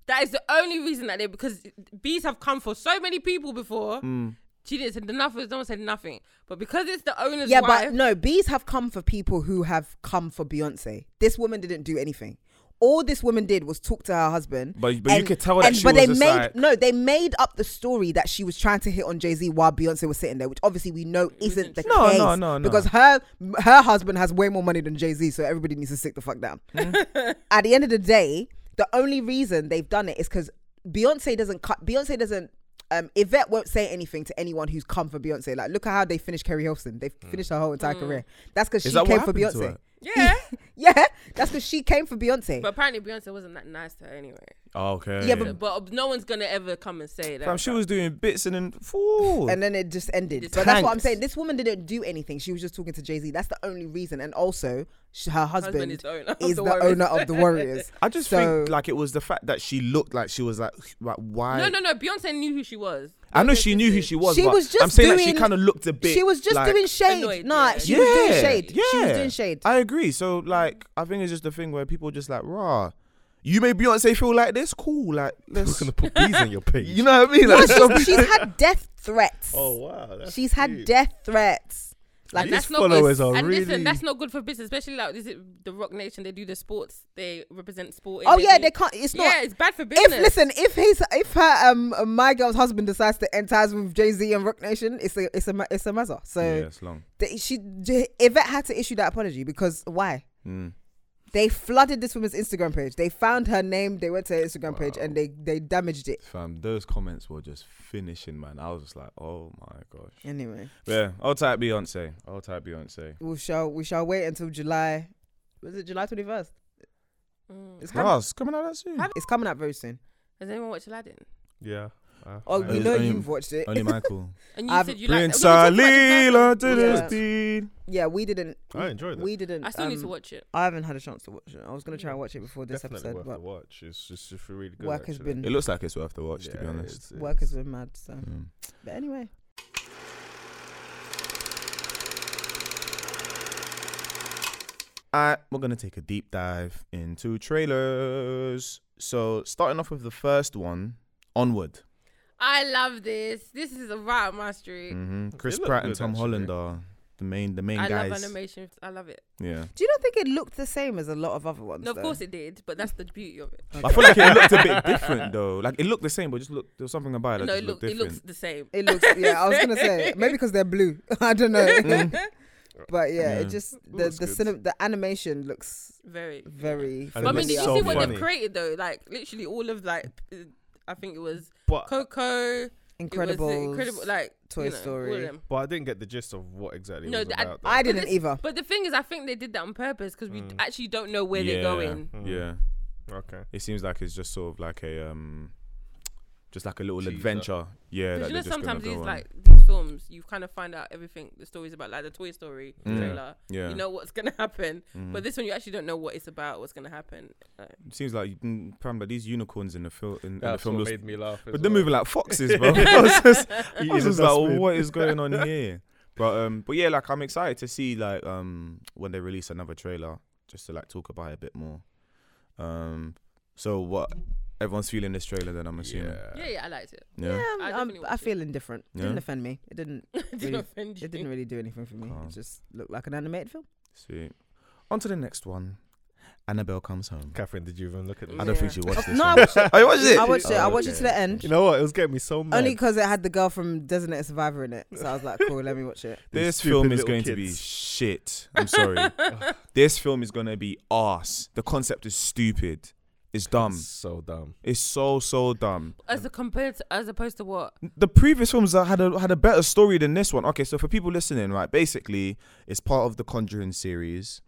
That is the only reason that they because bees have come for so many people before.
Hmm.
She didn't say enough. No one said nothing. But because it's the owner's
Yeah,
wife,
but no, bees have come for people who have come for Beyonce. This woman didn't do anything. All this woman did was talk to her husband.
But- but you could tell that she
but
was
they
just
made
like-
no, they made up the story that she was trying to hit on Jay Z while Beyonce was sitting there, which obviously we know isn't the
No,
case.
no, no, no.
Because her her husband has way more money than Jay Z, so everybody needs to sit the fuck down. At the end of the day, the only reason they've done it is because Beyonce doesn't cut. Beyonce doesn't. Um, Yvette won't say anything to anyone who's come for Beyonce. Like, look at how they finished Kerry Hilson. They finished her whole entire
Hmm.
career. That's because she
Hmm. Is that
came
what
for
happened to
Beyonce.
her?
yeah.
Yeah, that's because she came for Beyonce.
but apparently Beyonce wasn't that nice to her anyway.
Oh, okay.
Yeah,
But, but no one's gonna ever come and say that.
Fam, she was doing bits and then fool.
and then it just ended.
It's
but that's what I'm
tanked.
saying. This woman didn't do anything. She was just talking to Jay Z. That's the only reason. And also, sh her husband,
Husband is the owner of
is
the
the,
Warriors.
owner of the Warriors.
I just
So-
think like it was the fact that she looked like she was like, like why?
no, no, no. Beyonce knew who she was.
I know she knew who she was.
She
but
was just
I'm saying like she
doing-
kind of looked a bit.
she was just
like-
doing shade.
Annoyed,
nah,
yeah.
she was doing shade.
Yeah.
She was doing shade.
I agree. So like, I think it's just a thing where people just like, rah, you made Beyonce feel like this. Cool, like
Who's
let's.
gonna put bees in your page?
You know what I mean? Like,
No, she's, she's had death threats.
Oh wow. that's
she's had
deep.
death threats. Like
And that's
that's
not
followers
good.
are
and listen,
really-
that's not good for business, especially like is it the Rock Nation? They do the sports. They represent sport.
Oh yeah,
do-
they can't. It's not.
yeah, it's bad for
if
business.
listen, if his, if her, um, my girl's husband decides to end ties with Jay Z and Rock Nation, it's a, it's a, ma- it's a matter. So
it's long.
they, she J- Yvette had to issue that apology because why?
Mm.
They flooded this woman's Instagram page. They found her name. They went to her Instagram page and they they damaged it.
Fam, those comments were just finishing, man. I was just like, oh my gosh.
Anyway,
Yeah, I'll type Beyonce. I'll type Beyonce.
we shall we shall wait until July. Was it July twenty first?
Mm.
It's coming.
Glass coming out that soon.
It's coming out very soon.
Has anyone watched Aladdin?
Yeah. uh,
Oh,
I-
we
it's
know
only-
you've watched it.
Only Michael.
And you
I've-
said you like.
Prince Ali, Lord to
Yeah.
this deed.
yeah, we didn't.
I enjoyed that.
We didn't.
I still need
um,
to watch it.
I haven't had a chance to watch it. I was gonna try and watch it before this
Definitely
episode,
worth
but
a watch. It's just it's really good.
work has
actually.
It
been
looks like it's worth the watch, to be
Yeah,
honest.
it's-
work
it's-
has been mad. So,
Mm.
but anyway,
All right, we're gonna take a deep dive into trailers. So starting off with the first one, Onward.
I love this. This is right up my street.
hmm Chris
look
Pratt
good,
and Tom
actually.
Holland are the main the main
I
guys.
love animation. I love it.
Yeah,
do you not think it looked the same as a lot of other ones?
No, of
though?
course it did, but that's the beauty of it.
I feel like it looked a bit different though. Like it looked the same, but just looked there was something about it that
no,
just
it, look,
looked
it
different.
looks the same.
It looks yeah, I was gonna say maybe because they're blue. I don't know,
Mm.
but yeah,
Yeah.
it just the
looks
the
good.
cinem- the animation looks
Very.
very.
And
But I
it
mean,
looks
did you
so
see what
funny.
they've created though? Like literally all of like, uh, I think it was
But
Coco.
incredible.
It was incredible. Like
Toy
you know, all of
Story.
them.
but I didn't get the gist of what exactly
No,
it was
th- I-
about. though.
I didn't
this-
either.
But the thing is, I think they did that on purpose because we d- actually don't know where
Mm. Yeah,
they're going.
Hmm.
Yeah,
okay.
it seems like it's just sort of like a um, just like a little
Teaser.
adventure. Yeah, that
'Cause you know,
they're just gonna
sometimes
go
these
on.
like these films, you kind of find out everything the story's about, like the Toy Story
Mm.
trailer.
yeah,
You know what's gonna happen,
Mhm.
but this one you actually don't know what it's about, what's gonna happen. Like,
It seems like mm, fam, like these unicorns in the film in, in the
That's
film
what
looks
made me laugh.
But they're moving like foxes, bro. I was just, I was just like,
dustbin.
what is going on here? But um, but yeah, like I'm excited to see like um when they release another trailer just to like talk about it a bit more. Um, so what? Everyone's feeling this trailer, then I'm assuming.
yeah, yeah, I liked it.
Yeah.
yeah, I'm-
I
I'm-
definitely
Um, i
watch
feel indifferent. It Didn't
Yeah.
offend me. It didn't.
Didn't
Really-
offend you.
It didn't really do anything for me.
Calm.
It just looked like an animated film.
Sweet. On to the next one. Annabelle comes home.
Catherine, did you even look at this?
I don't think she watched this.
No, I
one.
watched it.
Oh, you watched it.
I watched it. I
Oh,
watched it
okay.
to the end.
You know what? It was getting me so mad.
Only because it had the girl from Designated Survivor in it. So I was like, cool, let me watch it.
These
This
stupid
film is
little
going to be
kids.
shit. I'm sorry. this film is going to be ass. The concept is stupid. It's dumb.
so dumb.
It's so so dumb.
As a compared to, as opposed to what?
The previous films that had a had a better story than this one. Okay, so for people listening, right, basically it's part of the Conjuring series,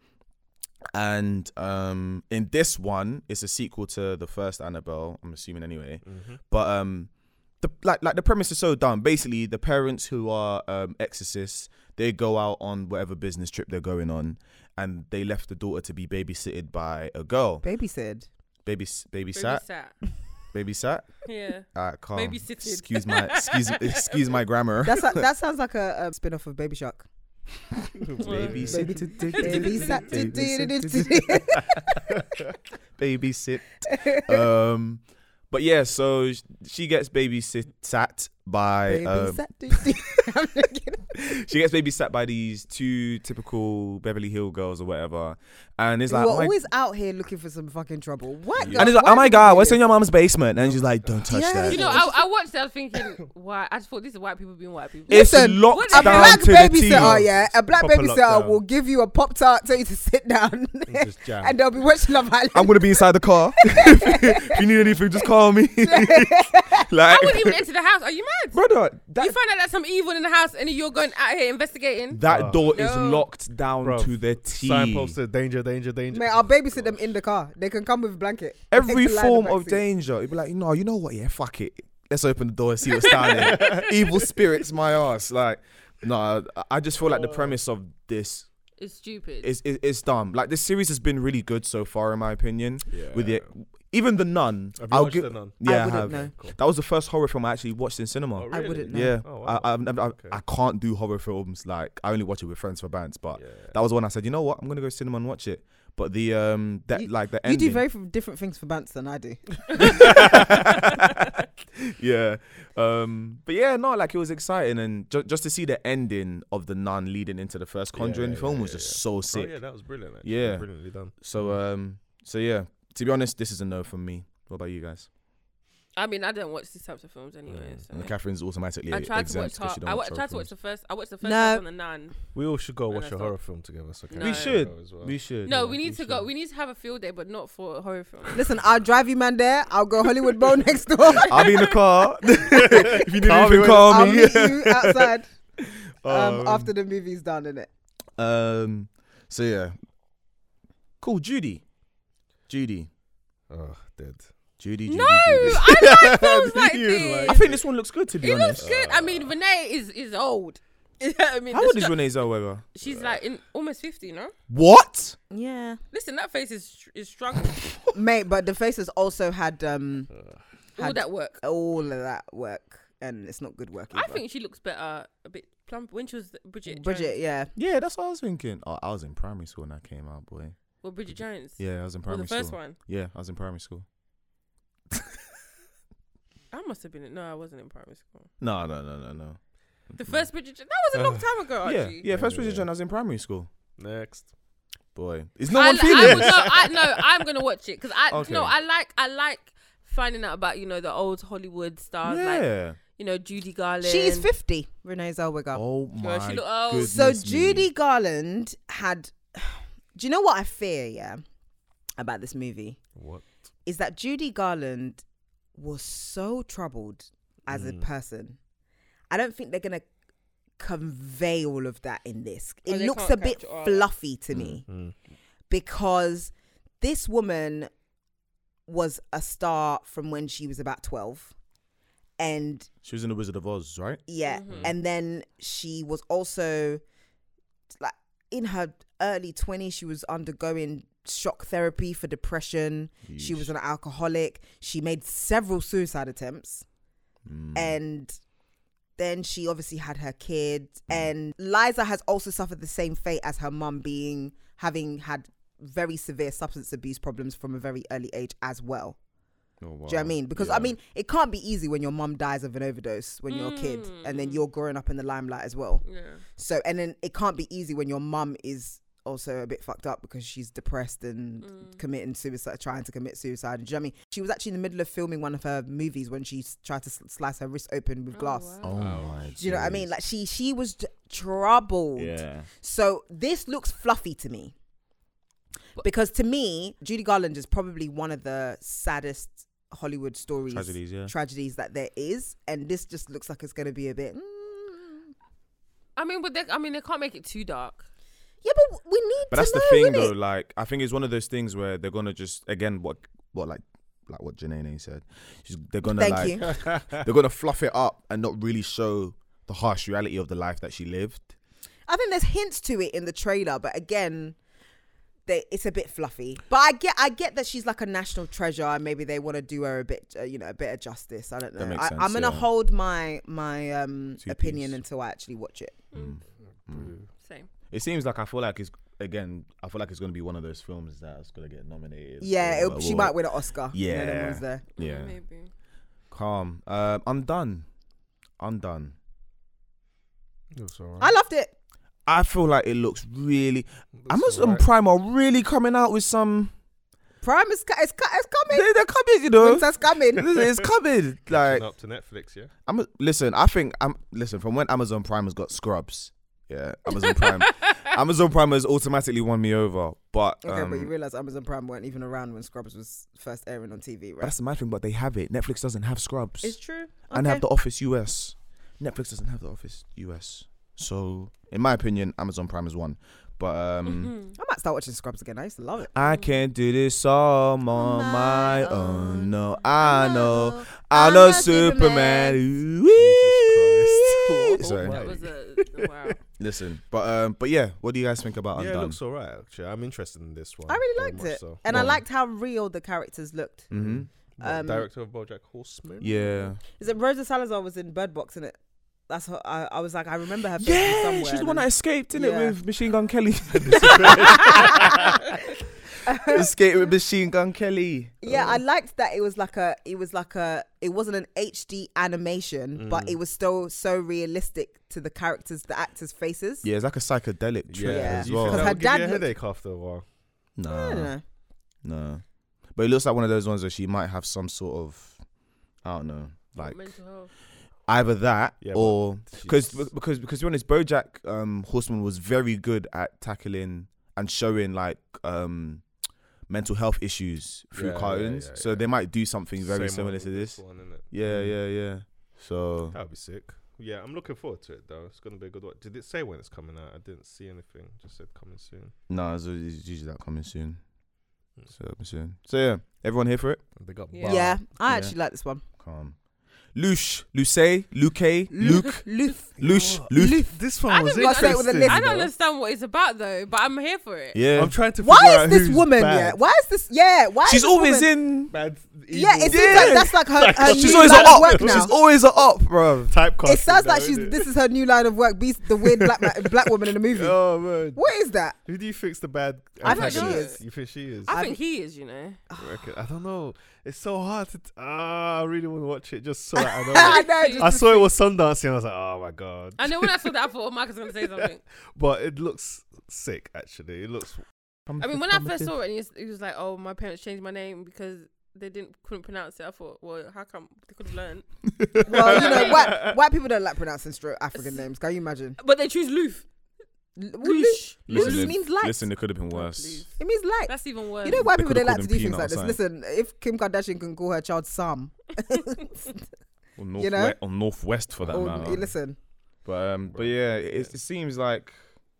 and um, in this one, it's a sequel to the first Annabelle. I'm assuming anyway,
Mm-hmm.
but um, the like like the premise is so dumb. Basically, the parents who are um, exorcists, they go out on whatever business trip they're going on, and they left the daughter to be babysitted by a girl.
Babysitted.
Baby babysat babysat.
Babysat. Yeah.
Uh, calm.
Babysitted.
Excuse my excuse excuse my grammar.
That's like, that sounds like a, um spin off of Baby Shark.
Babysit.
Babysat.
babysit. Um, but yeah, so sh- she gets babysat sat by um, she gets babysat by these two typical Beverly Hill girls or whatever, and it's
We're
like, oh my-
always out here looking for some fucking trouble. What?
and it's like,
why
oh my
did
god,
you
what's
do
in your mom's basement? And she's like, don't touch
Yeah.
that.
You know,
Yeah.
I, I watched that thinking, why? I just thought these are white people being white people.
it's
Listen,
locked
this?
down
A black
to the T.
babysitter, Oh, yeah, a black
Proper
babysitter
lockdown.
will give you a pop tart, tell you to sit down,
It's just jam.
and they'll be watching Love Island.
I'm gonna be inside the car. if you need anything, just call me.
I
like,
wouldn't even enter the house. Are you mad?
brother, that
you find out that's some evil in the house, and you're going out here investigating.
That
Oh.
door is
No.
locked down
Bruv,
to the T.
Sign posted danger, danger, danger.
Man, I'll babysit them in the car. They can come with a blanket.
Every
Lie in the
form
back
of
seat.
danger. You'd be like, no, you know what? Yeah, fuck it. Let's open the door and see what's down there. Evil spirits, my ass. Like, no, I- I just feel like the premise of this
It's stupid.
is, is is dumb. Like, this series has been really good so far, in my opinion.
Yeah.
With the even the nun,
Have you
I'll Eh?
watched
give.
The Nun?
Yeah,
I
I
wouldn't
have.
know.
Cool.
That was the first horror film I actually watched in cinema.
Oh,
I
really?
wouldn't know.
Yeah,
Oh, wow.
I, I've never, I,
Okay.
I can't do horror films. Like I only watch it with friends for bands, but
Yeah.
that was the one I said, you know what, I'm gonna go cinema and watch it. But the um that
You-
like the
You
ending,
do very f- different things for Bants than I do.
yeah. Um, but yeah, no, like it was exciting and ju- just to see the ending of the nun leading into the first
Yeah,
Conjuring
yeah,
film
yeah,
was
yeah,
just
yeah.
so
Oh,
sick.
yeah, that was brilliant. Actually.
Yeah.
Brilliantly done.
So um, so yeah. To be honest, this is a no from me. What about you guys?
I mean, I don't watch these types of films anyway. So.
And Catherine's automatically
I tried to watch.
exempt
Tar-
because she don't
I wa-
watch horror
tried to watch
films.
the first. I watched the first
No.
one on the nun.
We all should go
And
watch
that's
a
not-
horror film together. So
No.
We
Yeah,
should.
As well.
We should.
No,
yeah,
we need to go.
should.
We need to have a field day, but not for a horror film.
Listen, I'll drive you, man, there. I'll go Hollywood Bowl next door.
I'll be in the car. if you need
Call me
anything,
when-
call
I'll
me.
meet you outside um,
Um,
after the movie's done, innit?
Um. So yeah. Cool, Judy. Judy.
Oh, dead.
Judy. Judy
no,
Judy.
I like films like
He was
this.
like-
I think this one looks good. To be
it
honest. Uh.
looks good. I mean, Renee is is old. You know what I mean,
How
The
old is
stru-
Renee Zellweger?
She's like in almost fifty, no?
What?
Yeah.
Listen, that face is str- is struggling.
Mate, but the faces also had um
All
Had-
that work.
all of that work, and it's not good work.
I
either.
think she looks better a bit plump when she was Bridget.
Bridget,
Jones.
yeah.
Yeah, that's what I was thinking. Oh, I was in primary school when that came out, boy.
Well, Bridget Jones.
Yeah, I was in
Well,
primary
the first
school.
one.
Yeah, I was in primary school.
I must have been. in- No, I wasn't in primary school.
No, no, no, no, no.
The first Bridget. Jo- That was a long
Uh,
time ago.
yeah,
actually.
yeah. First
Yeah, yeah,
Bridget
yeah.
Jones, I was in primary school.
Next.
Boy, is no
I,
one
li-
feeling
I would
this?
not, I no, I'm gonna watch it because I
Okay.
no, I like I like finding out about you know the old Hollywood stars like
Yeah.
you know Judy Garland.
She's 50, Renee Zellweger.
Oh
Girl,
my.
she look old.
goodness
so
me.
Judy Garland had. Do you know what I fear, yeah, about this movie?
What?
Is that Judy Garland was so troubled as
Mm.
a person. I don't think they're going to convey all of that in this.
Oh,
It
they
looks a
can't
bit
capture all that.
fluffy to me.
Mm.
because this woman was a star from when she was about 12 and
She was in the Wizard of Oz, right?
yeah
Mhm.
and then she was also like in her early 20s she was undergoing shock therapy for depression she was an alcoholic she made several suicide attempts
Mm.
and then she obviously had her kid and liza has also suffered the same fate as her mum being having had very severe substance abuse problems from a very early age as well
Oh,
do you know what
wow.
i mean because
Yeah.
i mean it can't be easy when your mum dies of an overdose when you're a kid and then
Mm.
you're growing up in the limelight as well
yeah.
so and then it can't be easy when your mum is also a bit fucked up because she's depressed and
Mm.
committing suicide, trying to commit suicide. Do you know what I mean? She was actually in the middle of filming one of her movies when she s- tried to sl- slice her wrist open with
Oh,
glass.
wow.
my.
Do you know what I mean? Like she she was j- troubled.
Yeah.
So this looks fluffy to me.
But-
Because to me, Judy Garland is probably one of the saddest Hollywood stories
Tragedies, yeah.
tragedies that there is, and this just looks like it's gonna be a bit. mm.
I mean, but they, I mean, they can't make it too dark.
Yeah, but we need.
But
to
that's the
know,
thing,
innit?
though. Like, I think it's one of those things where they're gonna just again what what like like what Janene said. She's, they're gonna
Thank
like
you.
they're gonna fluff it up and not really show the harsh reality of the life that she lived.
I think there's hints to it in the trailer, but again, they, it's a bit fluffy. But I get, I get that she's like a national treasure, and maybe they want to do her a bit, uh, you know, a bit of justice. I don't know.
That makes
I,
sense,
I'm gonna
yeah.
hold my my um
Two
opinion
piece.
until I actually watch it.
Mm.
Mm.
Same.
It seems like I feel like it's again. I feel like it's gonna be one of those films that's gonna get nominated.
yeah,
for
it'll, she
award.
might win an Oscar. You know, them
Yeah.
ones there.
Yeah,
Maybe.
calm. Um, I'm done. I'm done.
I loved it.
I feel like it looks really. Amazon Prime are really coming out with some.
Prime is, ca- is, ca- is
They,
coming.
they're coming, you know.
Winter's coming.
Listen, it's coming. Like,
up to Netflix, yeah.
I'm, listen, I think I'm listen from when Amazon Prime has got Scrubs. Yeah, Amazon Prime. Amazon Prime has automatically won me over. But,
Okay,
um,
but you realize Amazon Prime weren't even around when Scrubs was first airing on TV,
but
right?
that's the mad thing. But they have it. Netflix doesn't have Scrubs,
It's true.
and they have
Okay.
The Office US. Netflix doesn't have The Office US. So, in my opinion, Amazon Prime has won. But um,
I might start watching Scrubs again. I used to love it.
I can't do this all on my,
my
own.
own.
No, I know. I
I'm
know
a
Superman.
Superman.
Ooh-wee.
Jesus Christ.
Sorry.
Almighty.
Oh, That was a wow.
Listen, but um, but yeah, what do you guys think about
yeah, it
Undone?
looks alright. Actually, I'm interested in this one.
I really
very
liked
much
it,
So.
and I
Well-
liked how real the characters looked.
mm-hmm.
What,
um,
director of BoJack Horseman.
Yeah.
Is it Rosa Salazar was in Bird Box? In it, that's her. I, I was like, I remember her. face from
Yeah,
somewhere,
she's the one that
and-
escaped, in
Yeah.
it, with Machine Gun Kelly. Escaped with Machine Gun Kelly.
yeah, I liked that. It was like a. It was like a. It wasn't an HD animation, but
Mm.
it was still so realistic to the characters, the actors' faces.
Yeah, it's like a psychedelic trip
Yeah.
as
You think
well.
that
Because her
would give you
dad
a
looked-
headache after a while.
I don't
No,
know.
no. But it looks like one of those ones where she might have some sort of, I don't know, like
mental health.
either that
Yeah, but
or because
She's-
because because to be honest, BoJack um, Horseman was very good at tackling and showing like um, mental health issues through
Yeah, yeah,
cartoons.
yeah,
so
yeah.
they might do something very
Same
similar
one
to
with
this.
one, Mm. innit?
Yeah, yeah, yeah. So
That would be sick. Yeah, I'm looking forward to it though. It's gonna be a good one. Did it say when it's coming out? I didn't see anything. Just said coming soon.
no, it's, it's usually that coming soon.
Mm.
So that'll be soon. So yeah, everyone here for it.
And They got
Yeah.
Bar-
Yeah, I
Yeah.
actually like this one.
Calm. Luce, Luce, Luke, Luke,
Luke.
Oh,
Luce, Luke.
This
I
one was
didn't
interesting.
got say it with
a list.
I don't understand what it's about though, but I'm here for it.
Yeah,
I'm trying to. figure
Why
out
is this
who's
woman?
bad.
Yeah, why is this? Yeah, why? is
she's
this
always
woman-
in.
Bad.
Yeah,
evil.
it seems like
Yeah.
that's like her. her
She's
new
always a
line of
up.
work now.
She's always a up, bro.
typecasting.
it sounds like
though,
she's
innit?
this is her new line of work. Be the weird black ma- black woman in the movie.
Oh man.
What is that?
Who do you think's the bad?
I think
she
antagonist?
is.
You think she is?
I
I
think he is, you know.
You reckon? I don't know. It's so hard to. T- ah, I really want to watch it just so that I
I
know.
know. Just,
I saw it was Sundance and I was like, oh my god.
I know when I saw that, I thought, oh, Mike is going to say something.
But it looks sick, actually. It looks.
I mean, when I first saw it, and he was, he was like, oh, my parents changed my name because they didn't couldn't pronounce it. I thought, well, how come they could have learned?
well, you know, white, white people don't like pronouncing straight African names. Can you imagine?
But they choose Loof.
Lush.
Listen,
Lush
it-
means light.
Listen, it could have been
Oh,
worse.
please.
It means light.
That's even worse.
You know, white
They
people
coulda
don't like
called
to
him
do things
Peanut
like this.
or
Listen, if Kim Kardashian can call her child Sam,
Or
You know?
Northwe- or northwest for that
Oh,
or
matter.
listen,
But um, but yeah, it, it seems like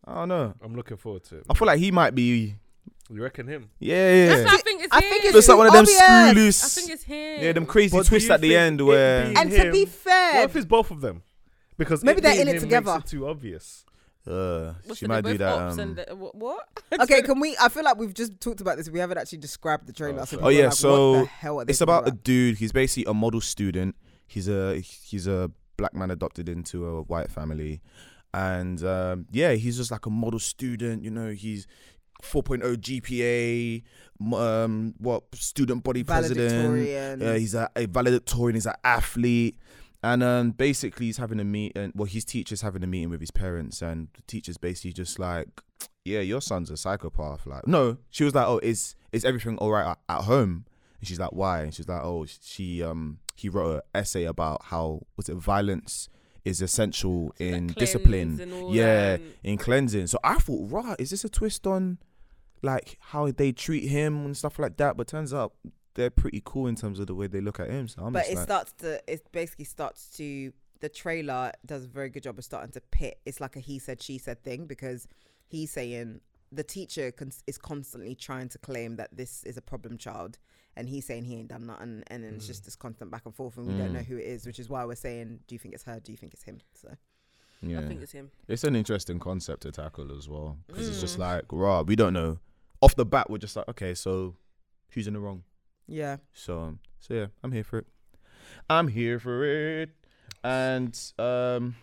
I don't know.
I'm looking forward to it.
I
Oh.
feel like he might be.
You reckon him?
Yeah,
That's
yeah.
why I think it's
I
him.
think
Looks like one of them
obvious.
screw
I
loose.
think it's him.
Yeah, them crazy
But do
twists
you
at the
think
end
it
where.
being-
and to be
him. What
fair,
if it's both of them? Because
Maybe they're
being
in it
him makes
together.
too obvious.
Uh,
What's
she
it,
might
they're
do
both
that.
ops
um,
and the- wha- what?
okay, can we? I feel like we've just talked about this. We haven't actually described the trailer. so
Oh,
people are
yeah,
like,
so
what the hell are they
it's
talking
about a dude. He's basically a model student. He's a he's a black man adopted into a white family, and um, yeah, he's just like a model student. You know, he's 4.0 GPA. m- Um, what student body president?
Valedictorian.
Uh, he's a, a valedictorian. He's an athlete. And um, basically, he's having a meet. And, well, his teacher's having a meeting with his parents, and the teacher's basically just like, yeah, your son's a psychopath. Like, no, she was like, oh, is is everything all right at, at home? And she's like, why? And she's like, oh, she um he wrote an essay about how was it violence is essential
like
in
cleanse
discipline.
and all
yeah,
that and-
in cleansing. So I thought, right, is this a twist on like how they treat him and stuff like that? But turns out they're pretty cool in terms of the way they look at him. So I'm
but
just
it
like,
starts to it basically starts to the trailer does a very good job of starting to pit it's like a he said she said thing because he's saying the teacher cons- is constantly trying to claim that this is a problem child and he's saying he ain't done nothing and then it's
Mm.
just this constant back and forth and we don't know who it is which is why we're saying do you think it's her do you think it's him so
yeah.
I think it's him.
It's an interesting concept to tackle as well because it's
Mm.
just like, raw, we don't know. Off the bat, we're just like, okay, so who's in the wrong?
yeah
So, um, so yeah, I'm here for it. I'm here for it. And um,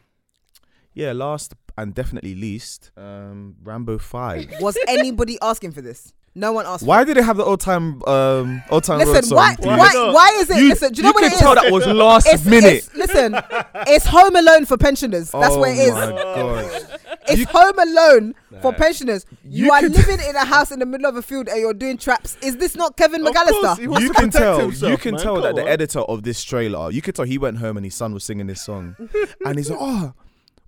yeah, last and definitely least, um, Rambo Five.
was anybody asking for this no one asked
Why did it have the old time, um, old
for
time
it.
road
listen
song?
why,
please?
why,
Why
why
not?
is it listen do you know what
can
it is
tell that was last
it's,
minute.
it's- listen it's home alone for pensioners that's
oh
what it is
my gosh.
It's home alone for
Nah.
pensioners. You,
You
are
could-
living in a house in the middle of a field and you're doing traps. Is this not Kevin
Of course, he
McAllister?
wants
you
to
can
protect
tell
himself,
you can
man,
tell that
come
the
on.
editor of this trailer you could tell he went home and his son was singing this song and he's like oh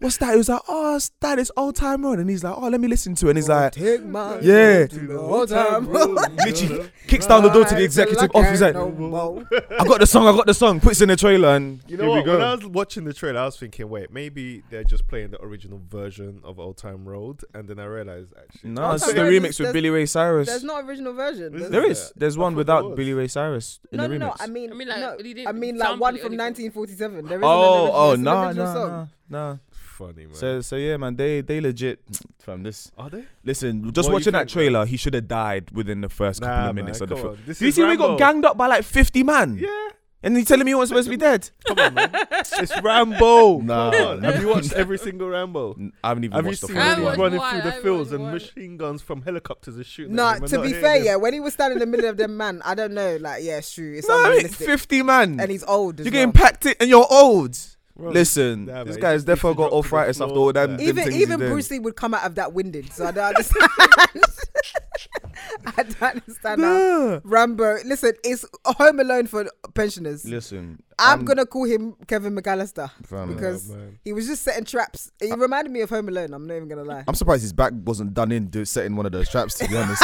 what's that he was like oh it's- that is old time road and he's like oh let me listen to it and he's like
Take my
yeah
whole time.
literally kicks down the door to the executive office like, i got the song i got the song puts in the trailer and
You know
here
what?
we
When I
go
was watching the trailer, I was thinking, wait, maybe they're just playing the original version of Old Time Road, and then I realized actually,
no it's
Old
the
Time Road is-
remix with
there's-
billy ray
There's
cyrus
not original
Is
version. There's-
there
there?
is there's
I
one
thought there
without
was.
billy ray cyrus in
No,
the
no,
remix
no. I mean,
I mean, like,
no,
he didn't
I mean, like
sample
one
it
from
or anything.
1947. There is
oh oh
an original,
no
there's an original song.
no no
funny man.
so so yeah man they they legit from this
Are they?
Listen, just
What you
watching that
think,
trailer, he should have died within the first couple
Nah,
of minutes
man,
of the
come
film.
on. This
Do you
is
see we got
Rambo.
ganged up by like 50 man?
Yeah.
And he telling me he wasn't supposed to be dead? Come on, man. it's Rambo.
Nah. Have you watched every single Rambo?
I haven't even
Have you
watched the
seen
I
first
him
haven't watched
one.
running
one,
through
I
the
haven't
fields and
watched one.
machine guns from helicopters are shooting?
No,
at him and
to be
hitting
fair,
him?
yeah, when he was standing in the middle of them man, I don't know. Like, yeah, it's true. It's
No, I mean,
unrealistic.
50 man.
and he's old. As
you're
well.
getting packed in and you're old.
Bro,
Listen,
nah,
this
man,
guy's
he just
definitely
needs
got
to drop to the
arthritis after
floor,
all them.
man.
them
even
things he's
even
doing.
Bruce Lee would come out of that winded, so I don't understand. I don't understand how
Yeah.
Rambo. Listen, it's Home Alone for pensioners.
Listen,
I'm gonna call him Kevin McAllister
Fam.
because
Oh, man.
he was just setting traps. He reminded me of Home Alone. I'm not even gonna lie.
I'm surprised his back wasn't done in do- setting one of those traps. To be honest,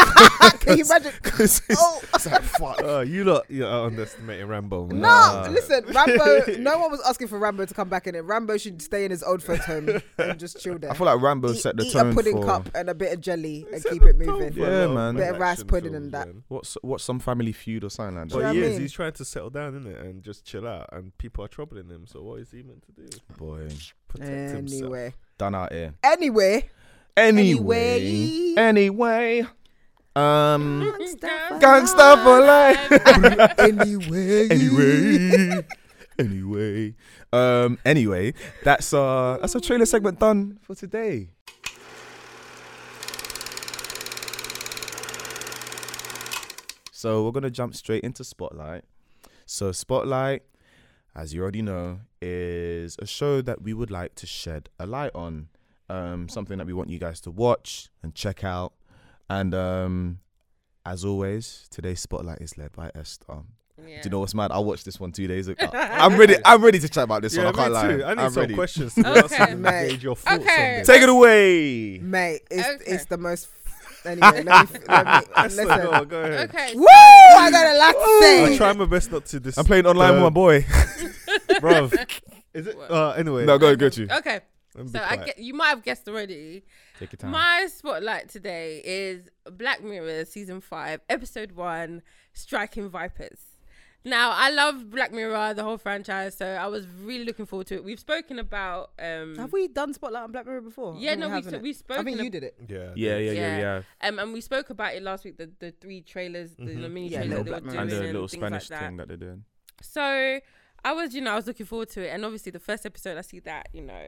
Can you imagine?
'Cause it's-
Oh
it's like, fuck.
Uh, you lot, you are underestimating Rambo. man.
no!
Nah.
Listen, Rambo. No one was asking for Rambo to come back in it. Rambo should stay in his old folks' home and just chill there.
I feel like Rambo
eat,
set the
eat
tone
a pudding
for
cup and a bit of jelly and
Set
keep
the
it
tone
moving.
for
Yeah,
a lot of
man.
men
Bit of rice
action
pudding and
films,
that.
man.
What's what's some family feud or something like that?
Do you know
But
what I
he is.
mean?
He's trying to settle down, isn't it, and just chill out. And people are troubling him. So what is he meant to do?
Boy,
Protect himself.
Anyway,
done out here.
anyway.
Anyway,
Anyway.
anyway, um,
Gangsta
gangster for life.
anyway.
anyway, anyway, um, anyway. That's uh, that's our trailer segment done for today. So we're gonna jump straight into Spotlight. So Spotlight, as you already know, is a show that we would like to shed a light on. Um, something that we want you guys to watch and check out. And um, as always, today's Spotlight is led by Esther.
Yeah.
Do you know what's mad? I watched this one two days ago. I'm ready. I'm ready to chat about this
Yeah,
one. I can't lie.
me too. I need
am
some
ready.
questions to ask
Okay.
you to
Mate.
gauge your thoughts
Okay.
on this.
Take it away.
Mate, it's,
Okay.
it's the most. Anyway, let me, let me
Let's
listen.
go, go ahead.
Okay.
Woo! I got a lot to
I'll
say.
try my best not to this.
I'm playing online with my boy.
bro. Is it? Uh, anyway,
no, go get you.
Okay.
let me be
So I
quiet.
get you might have guessed already.
Take your
My spotlight today is Black Mirror season five, episode one, Striking Vipers. Now I love Black Mirror, the whole franchise, so I was really looking forward to it. We've spoken about um
Have we done Spotlight on Black Mirror before? I
Yeah,
think
no,
we
we
haven't
so
it.
we spoke.
I think you did it.
Yeah.
Yeah, yeah, yeah,
Yeah.
yeah.
Um, and we spoke about it last week. The, the three trailers, the, the mini
Mm-hmm. Yeah,
trailers
Little
they
Black
were
Mirror.
doing
And the
and,
little
things
Spanish
like that.
thing that they're doing.
So I was, you know, I was looking forward to it, and obviously the first episode, I see that, you know,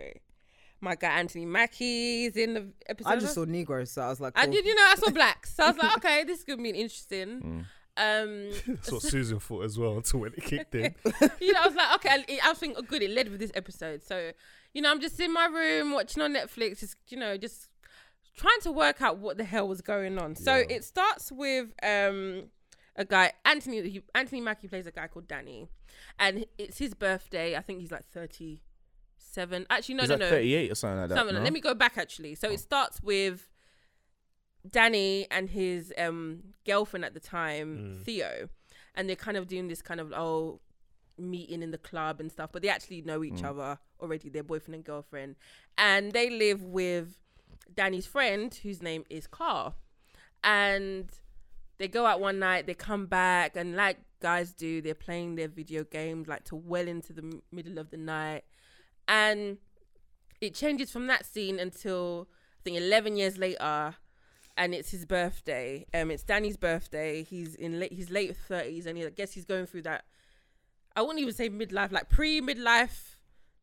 my guy Anthony Mackie's in the episode.
I just saw Negroes, so I was like,
I
cool.
did, you know, I saw blacks. So I was like, okay, this is gonna be interesting.
Mm.
Um,
That's what Susan thought as well until when it kicked in.
you know, I was like, okay, I- I was thinking, oh, good, it led with this episode. So, you know, I'm just in my room watching on Netflix, just you know, just trying to work out what the hell was going on. So
Yeah.
it starts with um a guy Anthony he, Anthony Mackie plays a guy called Danny, and it's his birthday. I think he's like thirty seven. Actually, no,
He's
no,
like
no.
38 or something like that.
Something
no? Oh.
like- Let me go back actually. So it starts with Danny and his um girlfriend at the time,
Mm.
Theo, and they're kind of doing this kind of oh meeting in the club and stuff, but they actually know each
Mm.
other already. They're boyfriend and girlfriend, and they live with Danny's friend, whose name is Carl, and they go out one night, they come back, and like guys do, they're playing their video games like to well into the m- middle of the night. And it changes from that scene until I think 11 years later, and it's his birthday. Um, it's Danny's birthday. He's in late his late 30s, and he, I guess he's going through that. I wouldn't even say midlife, like pre midlife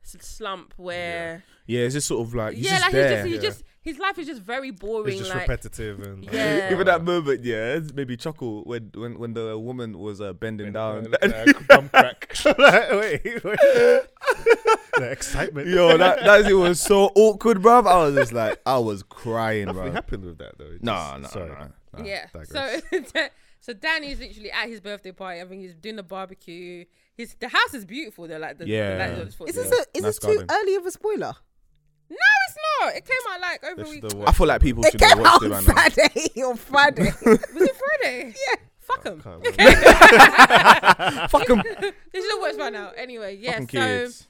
slump where
Yeah, it's just sort of like, he's
yeah,
just
like
there.
he's just, he's
yeah.
just his life is just very boring.
It's just
like
repetitive and
Yeah.
Even that moment, yeah, it's made me chuckle when when, when the woman was uh, bending down.
Like, like, bum crack. Like, wait, wait. the excitement.
Yo, that that shit was so awkward, bruv. I was just like, I was crying,
Nothing
bruv.
happened with that though. It
Nah,
just-
nah,
sorry.
nah, nah.
yeah. So
digress.
so Danny's literally at his birthday party. I think he's doing the barbecue. His the house is beautiful. They're like the the
Yeah.
lights are just full-
Is this,
no,
a,
Nice
is this too
garden.
early of a spoiler?
it's not. It came out like over a
This is
week.
the
I
worst
feel like
one.
people
It
should have
came
watched
out
it
on
right now.
Saturday on Friday.
Was it Friday? yeah. Fuck them.
Can't remember.
Fuck 'em.
This is the worst by now. Anyway, yeah.
Fucking
so
kids.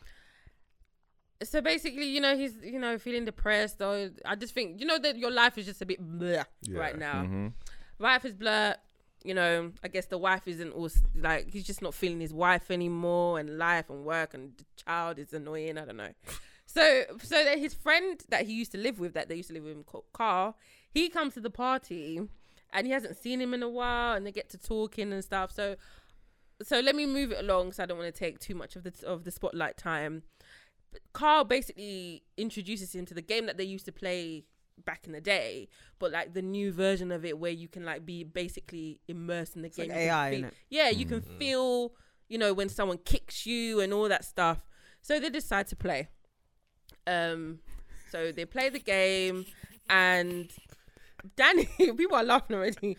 so basically, you know, he's you know feeling depressed. Or I just think you know that your life is just a bit bleh right
Yeah.
now.
Mhm.
wife is blur. You know, I guess the wife isn't also like he's just not feeling his wife anymore, and life and work and the child is annoying. I don't know. So, so that his friend that he used to live with, that they used to live with him, called Carl, he comes to the party, and he hasn't seen him in a while, and they get to talking and stuff. So, so let me move it along, so I don't want to take too much of the of the spotlight time. But Carl basically introduces him to the game that they used to play back in the day, but like the new version of it where you can like be basically immersed in the game.
like
You can
AI,
feel-
innit?
Yeah, you can feel, you know, when someone kicks you and all that stuff. So they decide to play. Um, so they play the game, and Danny. people are laughing already.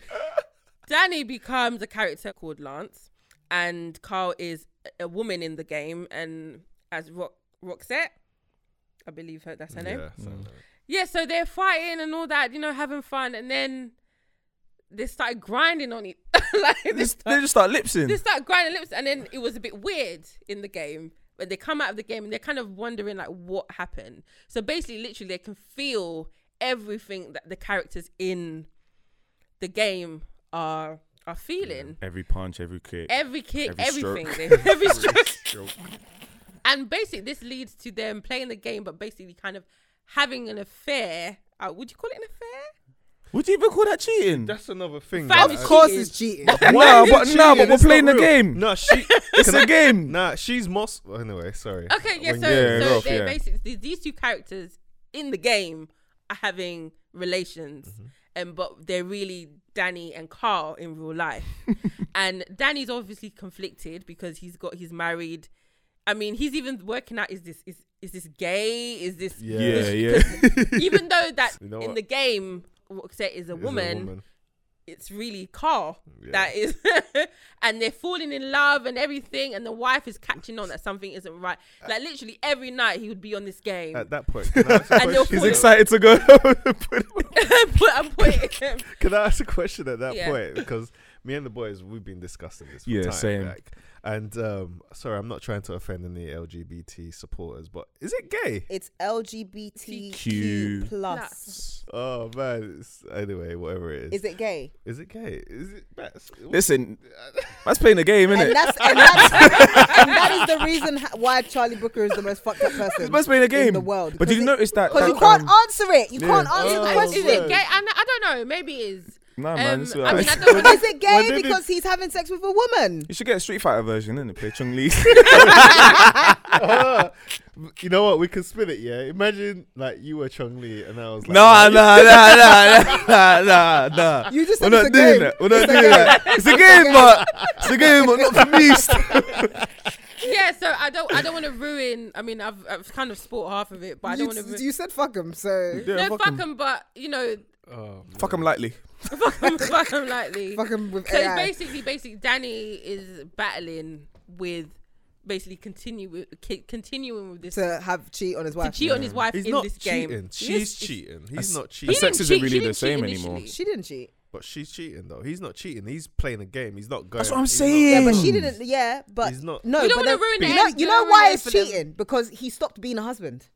Danny becomes a character called Lance, and Carl is a- a woman in the game, and as Rock Roxette, I believe her. That's her name.
Yeah, something
Mm.
like
Yeah, so they're fighting and all that, you know, having fun, and then they started grinding on it. like
They
they
just- they
start,
just start lipsing.
they start grinding lips, and then it was a bit weird in the game. When they come out of the game and they're kind of wondering like what happened. So basically, literally, they can feel everything that the characters in the game are are feeling.
Every punch, every kick.
Every kick,
Every stroke.
everything, they- every stroke.
that.
And basically, this leads to them playing the game, but basically, kind of having an affair. Uh, would you call it an affair?
Would you even call that cheating?
That's another thing.
Fam,
like,
of course, it's cheating.
no, but
Cheating,
no, but we're
it's not
playing the
real.
game.
No, she.
It's a game.
Nah, she's most. well, Anyway, sorry.
Okay, yeah.
When
so
you-
yeah,
so
rough,
they're
yeah.
basically th- these two characters in the game are having relations,
Mm-hmm.
and but they're really Danny and Carl in real life. and Danny's obviously conflicted because he's got he's married. I mean, he's even working out is this is is this gay? Is this
Yeah.
Yeah, yeah.
even though that
You know
in
what?
the game Roxette is a,
It's
woman, it's really Carl
Yeah.
that is and they're falling in love and everything and the wife is catching on that something isn't right like literally every night he would be on this game
At that point, can I ask a
And they'll
He's
question?
pull
Is it-
excited to go.
But I'm putting-
Can I ask a question at that
Yeah.
point? Because me and the boys, we've been discussing this. For
Yeah,
time,
same.
Like, and um, sorry, I'm not trying to offend any LGBT supporters, but is it gay?
It's LGBTQ plus.
Oh man. It's, anyway, whatever it is.
Is it gay?
Is it gay? Is it? That's,
Listen, that's playing the game,
And
innit?
that's and that's and that is the reason h- why Charlie Booker is the most fucked up person.
It must be in the game.
in the world.
But did you notice that?
Because you
that,
can't
um,
answer it. You can't
yeah.
answer the
Oh,
is it
question.
word.
gay I, I don't know maybe it is
Nah,
Um,
man. it's
I
alright.
mean, I don't-
Is it
When
gay
did
because he's having sex with a woman?
you should get a Street Fighter version, innit? Play Chung Lee.
you know what? We can spin it. Yeah. Imagine like you were Chung Lee and I was like,
nah, nah, nah, nah, nah, nah, nah.
You just
We're
said
not
it's a
doing
game.
that. We're not doing that. It's a game, but it's a game, but not for me.
yeah, so I don't, I don't want to ruin. I mean, I've, I've kind of sport half of it, but I don't
you,
want to. Ru-
you said fuck him, so
Yeah,
no,
fuck
fuck
'em.
them, but you know,
Oh,
Fuck him lightly.
fuck them, fuck them lightly.
fuck him with
So it's
AI.
basically, basically, Danny is battling with, basically, continue with, ki- continuing with this to,
To have cheat on his wife.
cheat on his wife
he's
in
not
this
cheating.
game. Yes,
She's
it's-
cheating.
That's-
He's not
The
He
cheating.
didn't
sex
cheat-
isn't
she
really the
didn't cheat
same
initially.
anymore.
She didn't cheat.
But she's cheating though. He's not cheating. He's playing a game. He's not going.
That's what I'm
he's not-
saying.
Yeah, but she
Mm.
didn't. Yeah, but
He's not-
no.
You
but
don't wanna
then-
ruin
you
it.
know,
You
you
don't
know
wanna
why
ruin it
it's
for them.
cheating because he stopped being a husband.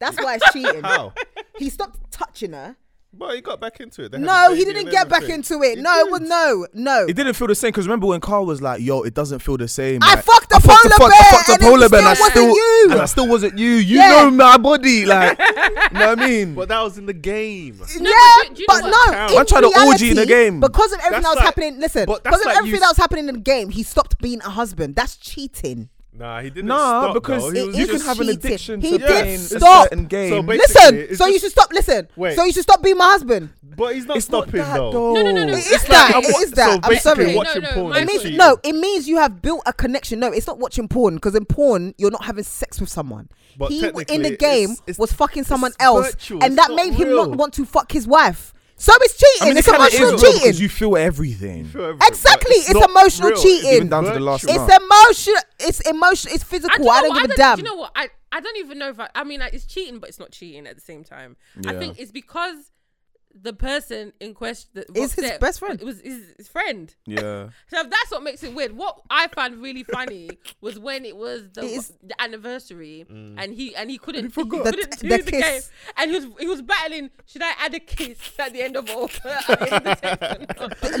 That's why it's cheating.
How?
He stopped touching her.
But he got back into it. They had a
No,
baby
he
and
didn't get back
everything.
into it.
He
No, it
did.
was no, no.
It didn't feel the same because remember when Carl was like, "Yo, it doesn't feel the same."
I
like,
fucked a
fucked
polar
fuck-
bear
I fucked a
and it
polar bear, and I
still
still,
wasn't you.
and I still wasn't you. You
Yeah.
know my body, like, you know what I mean?
But that was in the game.
yeah,
but do- do you know
but,
what
no.
counts?
in
Man tried to OG in the
reality,
game.
because of everything
That's
that was
like-
happening. Listen,
but that's
because of
like you
everything
s-
that was happening in the game, he stopped being a husband. That's cheating.
Nah, he didn't.
Nah,
stop,
because
though. He
it
was
you
just
can have an
cheated.
addiction
He
to
did
playing a
stop.
certain game.
So basically-
Listen,
it's
so you
just-
should stop. Listen,
Wait.
so you should stop being my husband.
But he's not
it's not
stopping
that
though.
though.
No, no, no, no.
It
It's
is
like-
that.
I'm
It
wa-
is that.
So
I'm
basically
sorry.
watching
No, no,
porn
my
is
It
point-
means
cheating.
no. It means you have built a connection. No, it's not watching porn because in porn you're not having sex with someone.
But
he w- in
technically,
the game
it's- it's-
was fucking someone
it's
else,
virtual,
and
it's
that
not
made him
real.
not want to fuck his wife. So it's cheating.
I mean, it
it's
kind of
emotional
is real because
cheating.
you feel everything.
For everything, but
Exactly, it's
not
emotional
real.
cheating.
Even down to the last
virtual.
month.
It's emotional. It's emotional. It's
I
physical.
don't,
I
know
don't,
what-
give a
I
damn.
don't- do you know what? I, I don't even know if I. I mean, like, it's cheating, but it's not cheating at the same time. I
Yeah.
think it's because the person in question that
Is
what's
his
there-
best friend.
It was his, his friend.
Yeah.
So that's what makes it weird. What I found really funny was when it was the,
It is-
the anniversary,
Mm.
and he and he couldn't, he
forgot. The-
couldn't do
the
the, game,
kiss.
and he was he was battling. Should I add a kiss at the end of all? at the end of the text or not?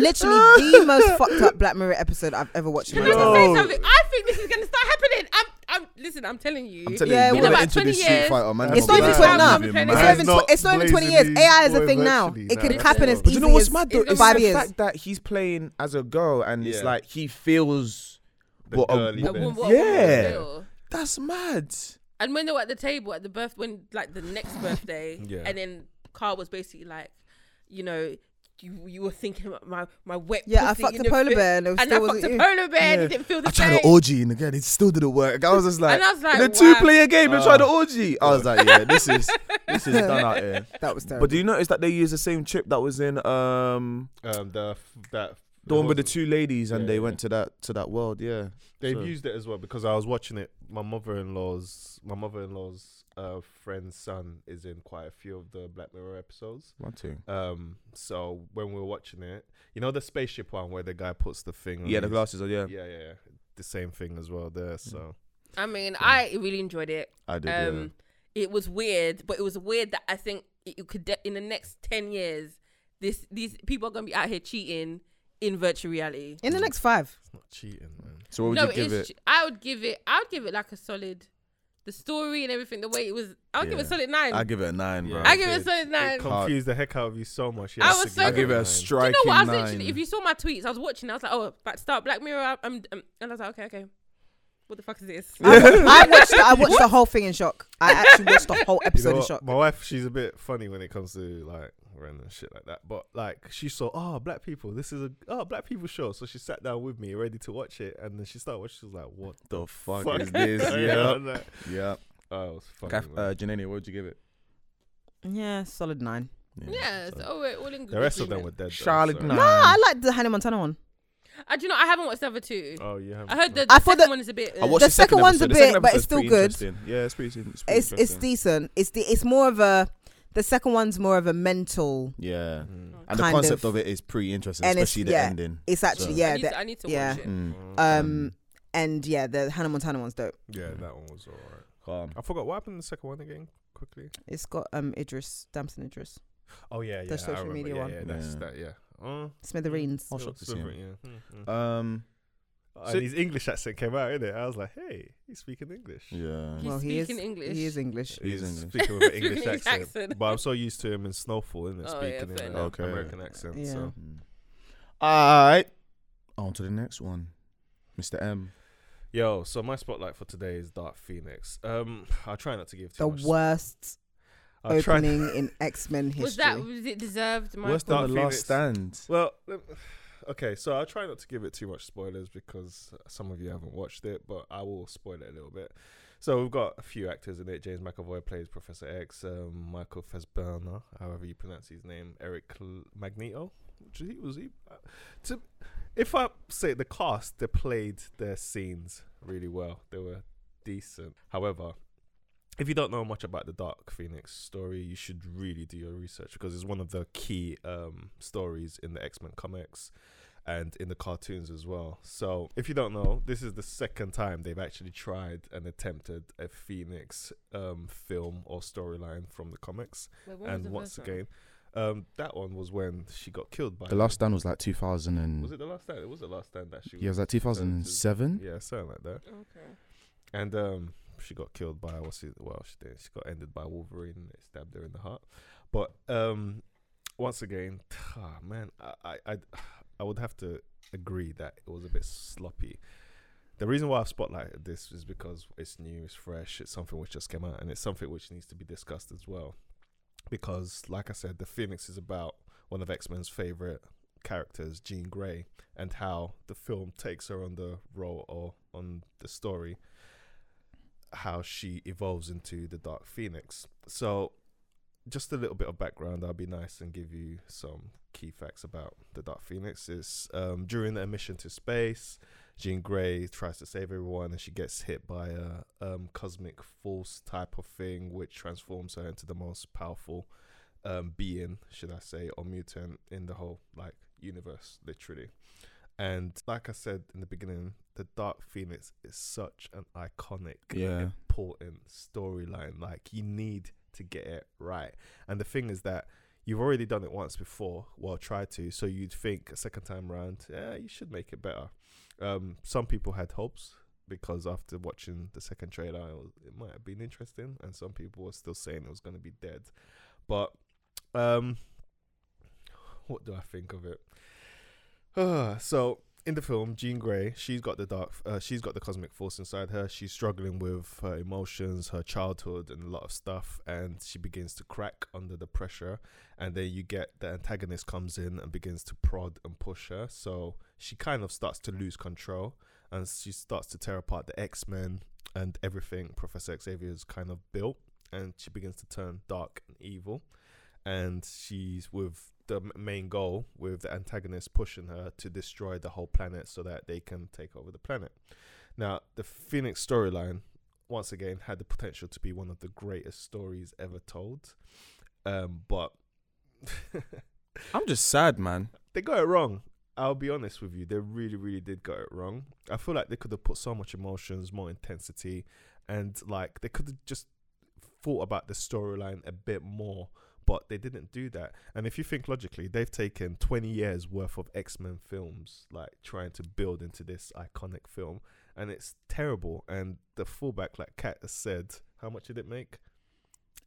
Literally the most fucked up Black Mirror episode I've ever watched. in
Can
my
I just
life.
say
No.
something? I think this is gonna start happening. I'm, I'm listen. I'm telling you.
I'm telling
Yeah,
you,
we're
we're gonna
about
enter
20
this street
years.
fighter, man. will
It's not
be
even
mad.
20 now.
Will be
It's
mad.
It's not even,
Man's
tw-
not
it's not even 20 years.
blazingly
AI is a
boy
thing now.
virtually.
It can
Nah,
happen
it's
as
not.
But
easy
you know what's
as
mad though?
It's
It's
five
the
years.
fact that he's playing as a girl and it's
Yeah.
like he feels
The
what a,
girly
what-
A woman- what a woman
yeah.
will.
That's mad.
And when they were at the table at the birth, when like the next birthday,
Yeah.
and then Carl was basically like, you know, you you were thinking about my my wet.
Yeah, I
pussy
fucked
in
a
your
polar
fi-
bear and it was
and I
still
fucked
wasn't
a
you.
polar bear. And
Yeah.
it didn't feel the
I
same.
tried the orgy and again, it still didn't work. I was just like,
And I was like,
in a
wow.
two-player game, they tried the
Ah.
orgy. I was like, yeah, this is this is done out here.
That was terrible.
But do you notice that they use the same trip that was in um
Um, the f- that
the one with the two ladies and
Yeah,
they
yeah.
went to that to that world? Yeah,
They've
So-
used it as well because I was watching it. My mother-in-law's my mother-in-law's uh, friend's son is in quite a few of the Black Mirror episodes.
one two.
Um, so when we were watching it, you know the spaceship one where the guy puts the thing. On
Yeah, the Mm.
his-
glasses. Are, yeah,
Yeah, yeah, yeah. The same thing as well there. So
I mean, I really enjoyed it.
I did. yeah.
Um, it was weird, but it was weird that I think it it could de- in the next ten years, this these people are gonna be out here cheating in virtual reality.
In the next five.
it's not cheating, man.
So what would
no,
you give
it's.
it?
I would give it. I would give it like a solid. The story and everything, the way it was, I would give it
Yeah.
a solid nine.
I give it a nine, bro.
I give it a solid nine.
confused the heck out of you so much.
I was so
I give it a
strong.
Do
striking
you know what? I was
nine.
literally, if you saw my tweets, I was watching. I was like, oh, about to start Black Mirror. Um, um, and I was like, okay, okay. What the fuck is this?
I, I watched, I watched the whole thing in shock. I actually watched the whole
You know
episode in
what?
shock.
My wife, she's a bit funny when it comes to like random shit like that. But like, she saw, oh, black people. This is a oh, black people show. So she sat down with me, ready to watch it, and then she started watching. She was like, what
the fuck,
the fuck
is this?
yeah,
yeah,
I'm like,
yeah.
oh, it was funny.
Kath-
man.
uh, Janani, what would you give it?
Yeah, solid nine.
yeah, so,
so-
oh, we're all in good
the rest of them were
agreement.
dead. though,
Charlotte
so-
nine.
No, I like the Hannah Montana one.
I do you know. I haven't watched the other two.
Oh, you haven't.
I heard the,
I
the
thought
second
that-
one is a bit.
I
uh,
watched
The
the second,
second one's a
episode. The second
bit, but
episode's
it's still
pretty
good.
interesting. Yeah, it's pretty. It's, pretty
It's it's
interesting.
decent. It's the it's more of a the second one's more of a mental.
Yeah,
uh,
Mm.
and the
Kind
concept
of.
of it is pretty interesting,
And it's-
especially the
yeah.
ending.
It's actually
So-
I
yeah,
need,
the-
to, I need to
yeah.
watch it.
Mm.
Uh,
um, and yeah, the Hannah Montana one's dope.
Yeah, that one was alright.
Calm.
I forgot what happened in the second one again. Quickly.
It's got um Idris, Damson Idris,
Oh yeah, yeah.
The social
I remember.
media
yeah,
one.
Yeah, that's
Yeah.
that. Yeah. Oh,
Smithereens.
I was
it
shocked to
was
see him.
different, Yeah. Mm, mm.
Um,
and
so-
his English accent came out, innit? I was like, hey, he's speaking English.
yeah.
He's
well, he is
speaking English.
He is English.
He's
He's English.
speaking with an
Speaking
English
English
accent.
accent.
But I'm so used to him in Snowfall, isn't it?
Oh, yeah,
speaking
fair
in an
enough.
Okay.
American accent.
Yeah.
So.
All right. Mm. On to the next one, Mr. M.
Yo, so my spotlight for today is Dark Phoenix. Um, I'll try not to give too
The
much.
worst
I'll try-
opening in X Men history.
Was that was it deserved? Michael?
Worst on the last stand.
Well, let- okay, so I'll try not to give it too much spoilers because some of you haven't watched it, but I will spoil it a little bit. So we've got a few actors in it. James McAvoy plays Professor X. Um, Michael Fassbender, however you pronounce his name, Eric L- Magneto. Which he was he. Uh, to, if I say the cast, they played their scenes really well. They were decent. However, if you don't know much about the Dark Phoenix story, you should really do your research because it's one of the key um, stories in the X Men comics and in the cartoons as well. So, if you don't know, this is the second time they've actually tried and attempted a Phoenix um, film or storyline from the comics. and once again, um, that one was when she got killed by
The last stand was like 2000 and
Was it the last time? It was the last time that she
yeah, it was like 2007.
yeah, something like that. And um, she got killed by what's it? Well, she did. She got ended by Wolverine. It stabbed her in the heart. But um, once again, ah, man, I, I, I'd- I would have to agree that it was a bit sloppy. The reason why I've spotlighted this is because it's new, it's fresh, it's something which just came out, and it's something which needs to be discussed as well. Because, like I said, the Phoenix is about one of X Men's favorite characters, Jean Grey, and how the film takes her on the role or on the story how she evolves into the Dark Phoenix. So, just a little bit of background, I'll be nice and give you some key facts about the Dark Phoenix. Is um, during their mission to space, Jean Grey tries to save everyone and she gets hit by a um, cosmic force type of thing, which transforms her into the most powerful um, being, should I say, or mutant in the whole like universe, literally. And like I said in the beginning, the Dark Phoenix is such an iconic
Yeah.
important storyline. Like you need to get it right. And the thing is that you've already done it once before, well tried to, so you'd think a second time round, yeah, you should make it better. Um, some people had hopes because after watching the second trailer, it, was- it might have been interesting, and some people were still saying it was going to be dead. But um, what do I think of it? Uh, so in the film, Jean Grey, she's got the dark, uh, she's got the cosmic force inside her. She's struggling with her emotions, her childhood, and a lot of stuff, and she begins to crack under the pressure. And then you get the antagonist comes in and begins to prod and push her. So she kind of starts to lose control, and she starts to tear apart the X Men and everything Professor Xavier's kind of built. And she begins to turn dark and evil and she's with the m- main goal with the antagonist pushing her to destroy the whole planet so that they can take over the planet. Now, the Phoenix storyline once again had the potential to be one of the greatest stories ever told. Um but
I'm just sad, man.
they got it wrong. I'll be honest with you, they really, really did got it wrong. I feel like they could have put so much emotions, more intensity, and like they could have just thought about the storyline a bit more, but they didn't do that. And if you think logically, they've taken 20 years worth of X Men films, like trying to build into this iconic film, and it's terrible. And the fallback, like Kat has said, how much did it make?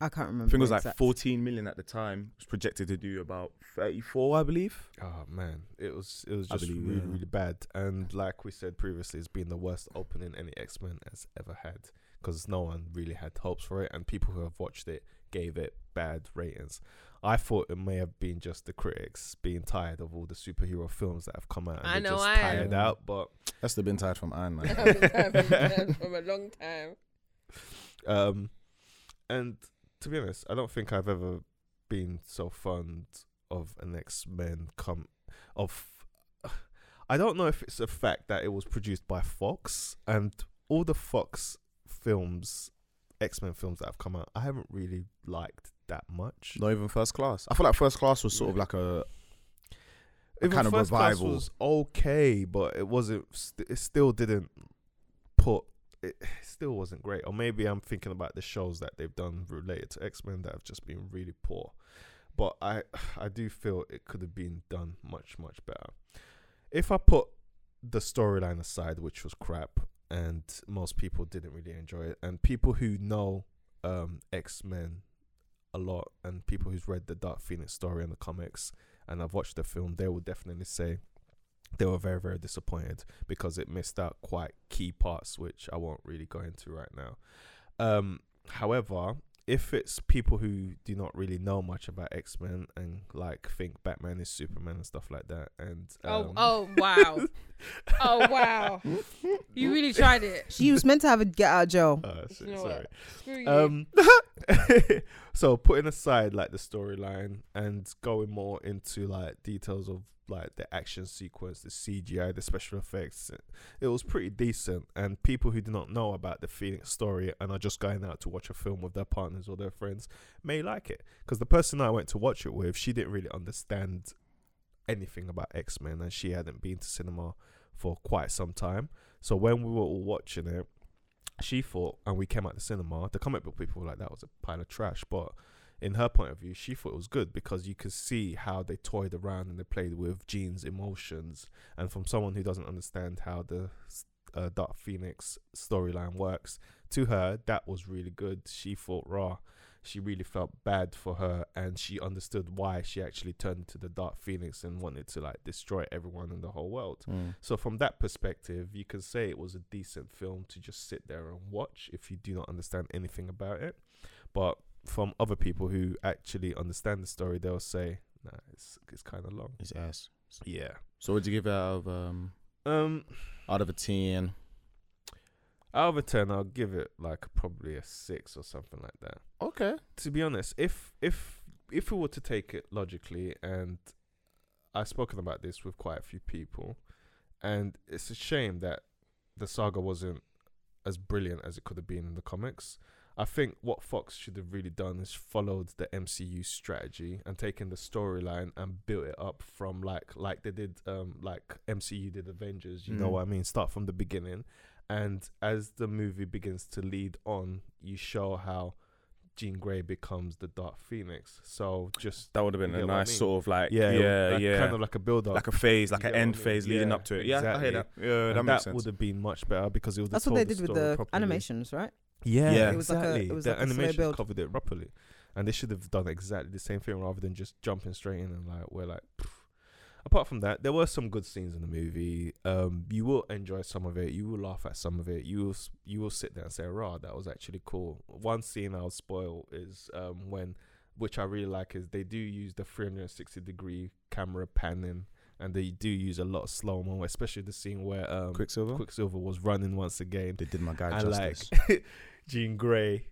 I can't remember.
I think it was
the
like
exact-
14 million at the time. It was projected to do about 34, I believe.
Oh man, it was it was
I
just
believe,
really
yeah.
really bad. And like we said previously, it's been the worst opening any X Men has ever had because no one really had hopes for it, and people who have watched it gave it bad ratings. I thought it may have been just the critics being tired of all the superhero films that have come out. And
I
they're
know
just
I am.
tired out, but
That's the been tired from Iron Man.
I've been tired from that from a long time.
Um, and to be honest, I don't think I've ever been so fond of an X Men come of. I don't know if it's a fact that it was produced by Fox and all the Fox films, X Men films that have come out. I haven't really liked that much.
Not even first class. I feel like first class was sort of like a a
Even
kind of
First Class
revival.
was okay, but it wasn't. St- it still didn't put. It still wasn't great. Or maybe I'm thinking about the shows that they've done related to X Men that have just been really poor. But I, I do feel it could have been done much much better. If I put the storyline aside, which was crap, and most people didn't really enjoy it, and people who know um, X Men a lot, and people who's read the Dark Phoenix story in the comics, and I've watched the film, they will definitely say they were very, very disappointed because it missed out quite key parts, which I won't really go into right now. Um, however, if it's people who do not really know much about X Men and like think Batman is Superman and stuff like that, and
Oh,
um,
oh wow. oh wow. You really tried it.
She was meant to have a get out of jail.
Uh, so-
You know what?
sorry.
Screw you.
Um, so putting aside like the storyline and going more into like details of like the action sequence, the CGI, the special effects, it was pretty decent. And people who do not know about the Phoenix story and are just going out to watch a film with their partners or their friends may like it because the person I went to watch it with, she didn't really understand anything about X Men and she hadn't been to cinema for quite some time. So when we were all watching it, she thought, and we came out the cinema, the comic book people were like, that was a pile of trash. But in her point of view, she thought it was good because you could see how they toyed around and they played with Jean's emotions. And from someone who doesn't understand how the s- uh, Dark Phoenix storyline works, to her, that was really good. She thought, raw. She really felt bad for her, and she understood why she actually turned to the Dark Phoenix and wanted to like destroy everyone in the whole world.
Mm.
So from that perspective, you can say it was a decent film to just sit there and watch if you do not understand anything about it. But from other people who actually understand the story, they'll say, "Nah, it's it's kind of long."
His ass.
Yeah.
So would you give it out of um
Um,
out of a ten?
out of a ten, I'll give it like probably a six or something like that.
Okay.
to be honest, if if if we were to take it logically, and I've spoken about this with quite a few people, and it's a shame that the saga wasn't as brilliant as it could have been in the comics. I think what Fox should have really done is followed the MCU strategy and taken the storyline and built it up from like like they did um like MCU did Avengers, you know
Mm.
what I mean? Start from the beginning and as the movie begins to lead on, you show how Jean Grey becomes the Dark Phoenix. So just
That would have been
You
a
get what I
nice
mean?
sort of like
yeah,
yeah
it was
yeah
like-
yeah
kind of like a build up.
like a phase like
You get
an
what I
end
mean?
phase leading
Yeah,
up to it. Yeah, I
exactly.
hear that. Yeah, that
and
makes
that
sense.
would have been much better because it was
That's what they did with the animations, right?
Yeah,
Yeah.
It was like a-
exactly.
it was
the
like a slow
animation
build.
covered it properly, and they should have done exactly the same thing rather than just jumping straight in and like we're like. pff. Apart from that, there were some good scenes in the movie. Um, you will enjoy some of it. You will laugh at some of it. You will s- you will sit there and say, "Rah, that was actually cool." One scene I'll spoil is um, when, which I really like, is they do use the 360 degree camera panning, and they do use a lot of slow mo, especially the scene where um,
Quicksilver.
Quicksilver was running once again.
They did my guy
I
justice.
like Jean Grey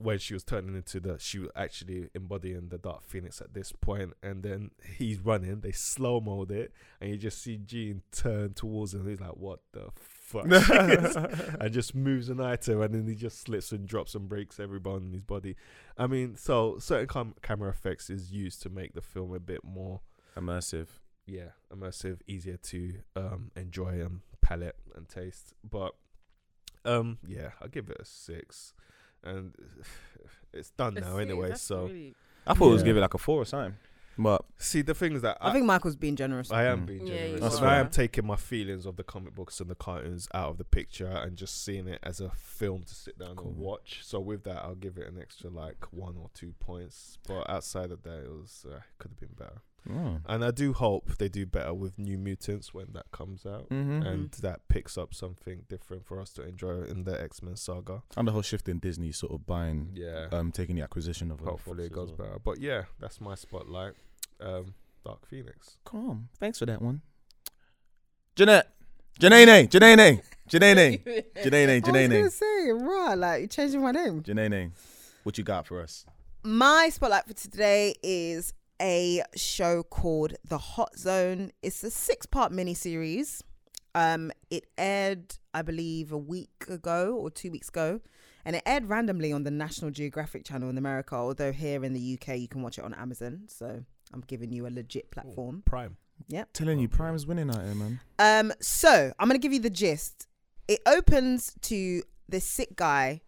when she was turning into the she was actually embodying the Dark Phoenix at this point, and then he's running. They slow mode it, and you just see Jean turn towards him. He's like, "What the fuck?" and just moves an item, and then he just slips and drops and breaks every bone in his body. I mean, so certain cam- camera effects is used to make the film a bit more
immersive.
yeah, immersive, easier to um, enjoy and palate and taste. But um, yeah, I'll give it a six, and it's done
A
now
six,
anyway.
that's
So
really-
I thought it was
Yeah.
give it like a four or something. But
see, the thing is that I,
I think Michael's being generous.
I am
Mm.
being
Yeah, you
generous.
That's
and I
fair.
am taking my feelings of the comic books and the cartoons out of the picture and just seeing it as a film to sit down
Cool.
and watch. So with that, I'll give it an extra like one or two points. But outside of that, it was uh, could have been better. And I do hope they do better with New Mutants when that comes out.
Mm-hmm.
and that picks up something different for us to enjoy in the X Men saga.
and the whole shift in Disney sort of buying,
Yeah,
um, taking the acquisition of. other
hopefully it goes
foxes as well.
better. But yeah, that's my spotlight. Um, Dark Phoenix.
Calm. Thanks for that one. Jeanette. Janene. Janene. Janene. Janene.
I was gonna
Janene.
say, right, like you changing my name.
Janene. What you got for us?
My spotlight for today is a show called The Hot Zone. It's a six-part miniseries. Um, it aired, I believe, a week ago or two weeks ago, and it aired randomly on the National Geographic channel in America. Although here in the UK, you can watch it on Amazon. So I'm giving you a legit platform.
Prime.
Telling you, Prime's winning out here, man.
Um, so I'm gonna give you the gist. It opens to this sick guy,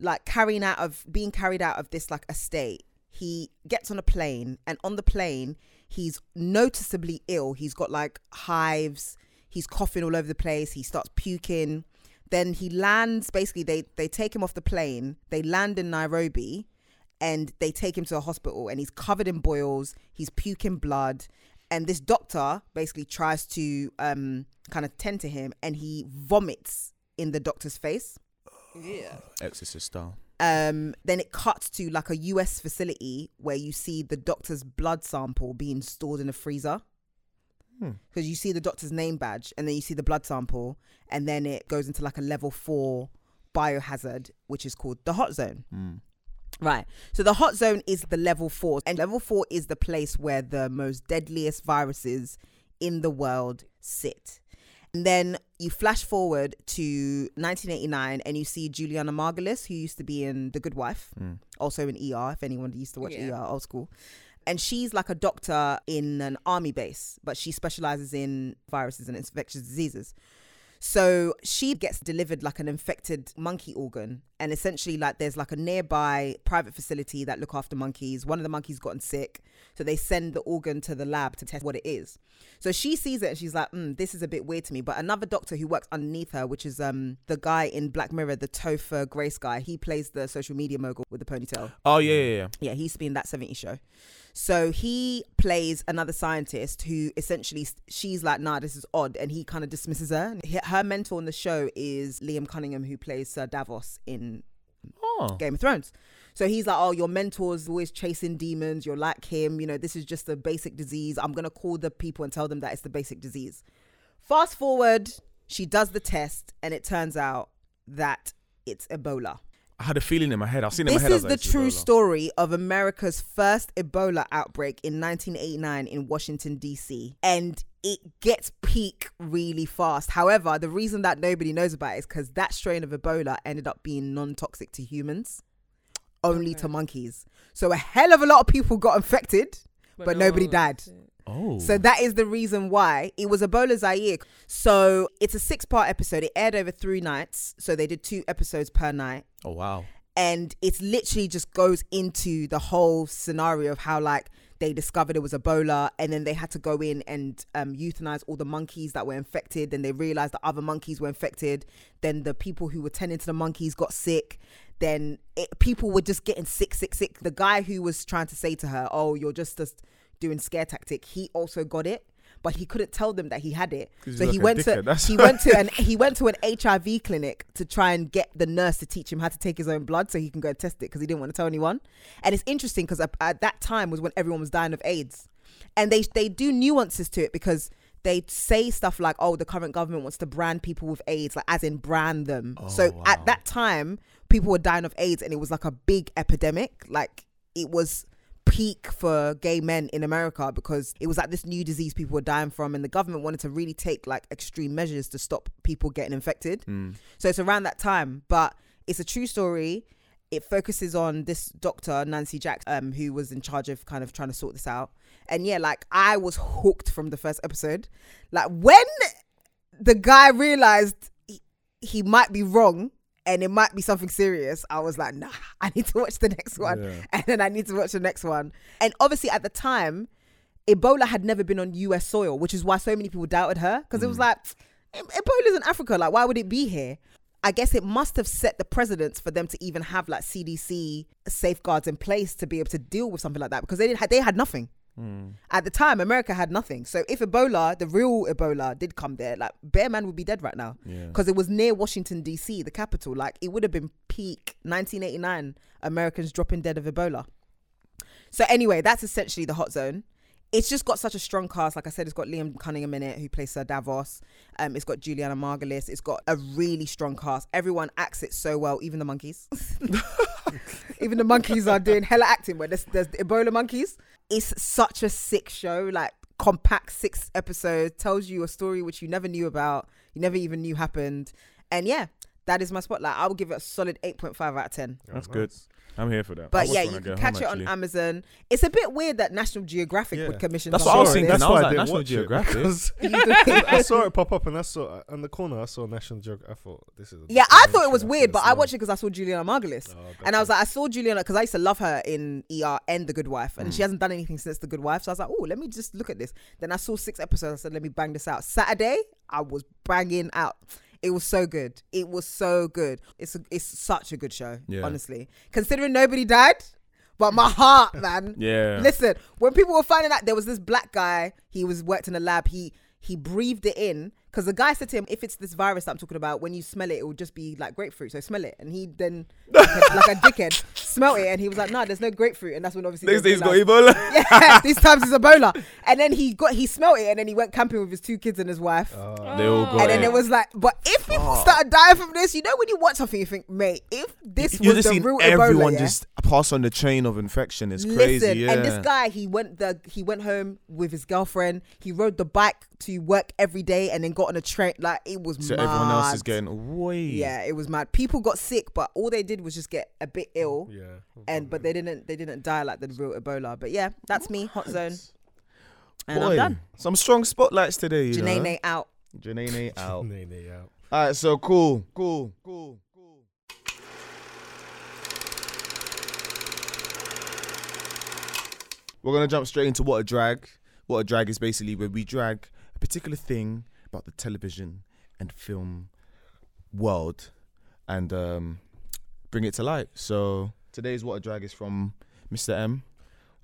like carrying out of being carried out of this like estate. He gets on a plane, and on the plane, he's noticeably ill. He's got like hives. He's coughing all over the place. He starts puking. Then he lands. Basically, they they take him off the plane. They land in Nairobi, and they take him to a hospital. And he's covered in boils. He's puking blood and this doctor basically tries to um kind of tend to him and he vomits in the doctor's face
Exorcist style.
Um, then it cuts to like a US facility where you see the doctor's blood sample being stored in a freezer.
Hmm.
Because you see the doctor's name badge and then you see the blood sample, and then it goes into like a level four biohazard, which is called the hot zone.
Mm.
Right. So the hot zone is the level four, and level four is the place where the most deadliest viruses in the world sit. And then you flash forward to 1989 and you see Juliana Margulis, who used to be in The Good Wife,
Mm.
also in ER, if anyone used to watch
Yeah.
ER, old school. And she's like a doctor in an army base, but she specializes in viruses and infectious diseases. So she gets delivered like an infected monkey organ. And essentially, like, there's like a nearby private facility that look after monkeys. One of the monkeys gotten sick. So they send the organ to the lab to test what it is. So she sees it and she's like, mm, this is a bit weird to me. But another doctor who works underneath her, which is um the guy in Black Mirror, the Topher Grace guy, he plays the social media mogul with the ponytail.
Oh yeah, yeah, yeah.
Yeah, he used to be in that 70 show. So he plays another scientist who essentially she's like, nah, this is odd. And he kind of dismisses her. And he- Her mentor in the show is Liam Cunningham, who plays Sir Davos in
Oh,
Game of Thrones. So he's like, oh, your mentor's always chasing demons. You're like him. You know, this is just a basic disease. I'm going to call the people and tell them that it's the basic disease. Fast forward, she does the test, and it turns out that it's Ebola.
I had a feeling in my head. I've seen it in my
This
head. I
is
was like,
the true
Ebola.
story of America's first Ebola outbreak in 1989 in Washington, D.C. And it gets peak really fast. However, the reason that nobody knows about it is because that strain of Ebola ended up being non toxic to humans, only to
Okay.
monkeys. So a hell of a lot of people got infected. But
no
nobody
one
died.
likes it.
Oh.
So that is the reason why it was Ebola Zaire. So it's a six part episode. It aired over three nights. So they did two episodes per night
oh wow.
and it's literally just goes into the whole scenario of how like they discovered it was Ebola, and then they had to go in and um, euthanize all the monkeys that were infected. Then they realized that other monkeys were infected. Then the people who were tending to the monkeys got sick. Then it, people were just getting sick, sick, sick. The guy who was trying to say to her, "Oh, you're just just doing scare tactic," he also got it, but he couldn't tell them that he had it.
'Cause he's
So
like
he
a
went
dickhead,
to
that's
he
why.
went to an he went to an HIV clinic to try and get the nurse to teach him how to take his own blood so he can go test it because he didn't want to tell anyone. And it's interesting because at, at that time was when everyone was dying of AIDS, and they they do nuances to it because they say stuff like, "Oh, the current government wants to brand people with AIDS, like as in brand them." so at that time, people were dying of AIDS, and it was like a big epidemic. Like it was peak for gay men in America because it was like this new disease people were dying from and the government wanted to really take like extreme measures to stop people getting infected.
Hmm.
So it's around that time, but it's a true story. It focuses on this doctor, Nancy Jack, um, who was in charge of kind of trying to sort this out. And yeah, like I was hooked from the first episode. Like when the guy realized he, he might be wrong and it might be something serious, I was like, nah, I need to watch the next one. And then I need to watch the next one. And obviously at the time, Ebola had never been on US soil, which is why so many people doubted her. Because it was like, "E- Ebola's in Africa. Like, why would it be here? I guess it must have set the precedence for them to even have like CDC safeguards in place to be able to deal with something like that because they didn't ha- they had nothing.
Hmm.
At the time, America had nothing. So if Ebola, the real Ebola, did come there, like Bear Man would be dead right now
Yeah.
because it was near Washington D.C., the capital. Like it would have been peak 1989 Americans dropping dead of Ebola. So anyway, that's essentially the hot zone. It's just got such a strong cast. Like I said, it's got Liam Cunningham in it, who plays Sir Davos. Um, it's got Juliana Margulis. It's got a really strong cast. Everyone acts it so well, even the monkeys. even the monkeys are doing hella acting. Where there's, there's the Ebola monkeys. It's such a sick show. Like compact six episodes, tells you a story which you never knew about, you never even knew happened, and yeah, that is my spotlight. I will give it a solid eight point five out of ten.
That's good. I'm here for that.
But
I'll
yeah,
watch when
you
I
can
get
catch
home,
it on
actually.
Amazon. It's a bit weird that National Geographic
Yeah.
would commission.
That's
something
what I was
like
thinking.
this.
That's
I
why I
was like,
didn't
National
watch it,
Geographic.
because I saw it pop up and I saw on the corner. I saw National Geographic. I thought this is. a
Yeah, I thought
documentary.
it was weird, but
it's
I
not.
watched it because I saw Juliana Margulis.
Oh,
And I was
gotcha.
like, I saw Juliana because I used to love her in ER and The Good Wife,
Mm.
and she hasn't done anything since The Good Wife. So I was like, oh, let me just look at this. Then I saw six episodes. I said, let me bang this out. Saturday, I was banging out. It was so good. It was so good. It's a, it's such a good show,
Yeah.
honestly. Considering nobody died, but my heart, man.
Yeah.
Listen, when people were finding out there was this black guy, he was worked in a lab. He He breathed it in because the guy said to him, "If it's this virus that I'm talking about, when you smell it, it will just be like grapefruit. So smell it." And he then, like a, like a dickhead, smelled it, and he was like, "Nah, there's no grapefruit." And that's when obviously
Next
they
day he's got
realised-
Ebola.
yeah, these times it's Ebola. And then he got he smelled it, and then he went camping with his two kids and his wife.
Oh,
Uh,
They
Oh.
all got
and then
it.
it was like, but if people started dying from this, you know when you watch something, you think, mate, if this
You're
was
just
the
seeing
real
everyone
Ebola, yeah,
just pass on the chain of infection. It's
Listen,
crazy. Yeah.
and this guy, he went the he went home with his girlfriend. He rode the bike to work every day, and then got on a train. Like it was
so
mad.
everyone else is going way.
Yeah, it was mad. People got sick, but all they did was just get a bit ill,
Yeah.
and but they didn't they didn't die like the real Ebola. But yeah, that's me, hot zone, and
Boy,
I'm done.
Some strong spotlights today. You know?
Janae out.
Janene out.
Nay, nay, out.
All right, so cool, cool, cool, cool. We're gonna jump straight into what a drag. What a drag is basically where we drag a particular thing about the television and film world and um, bring it to light. So today's what a drag is from Mr. M.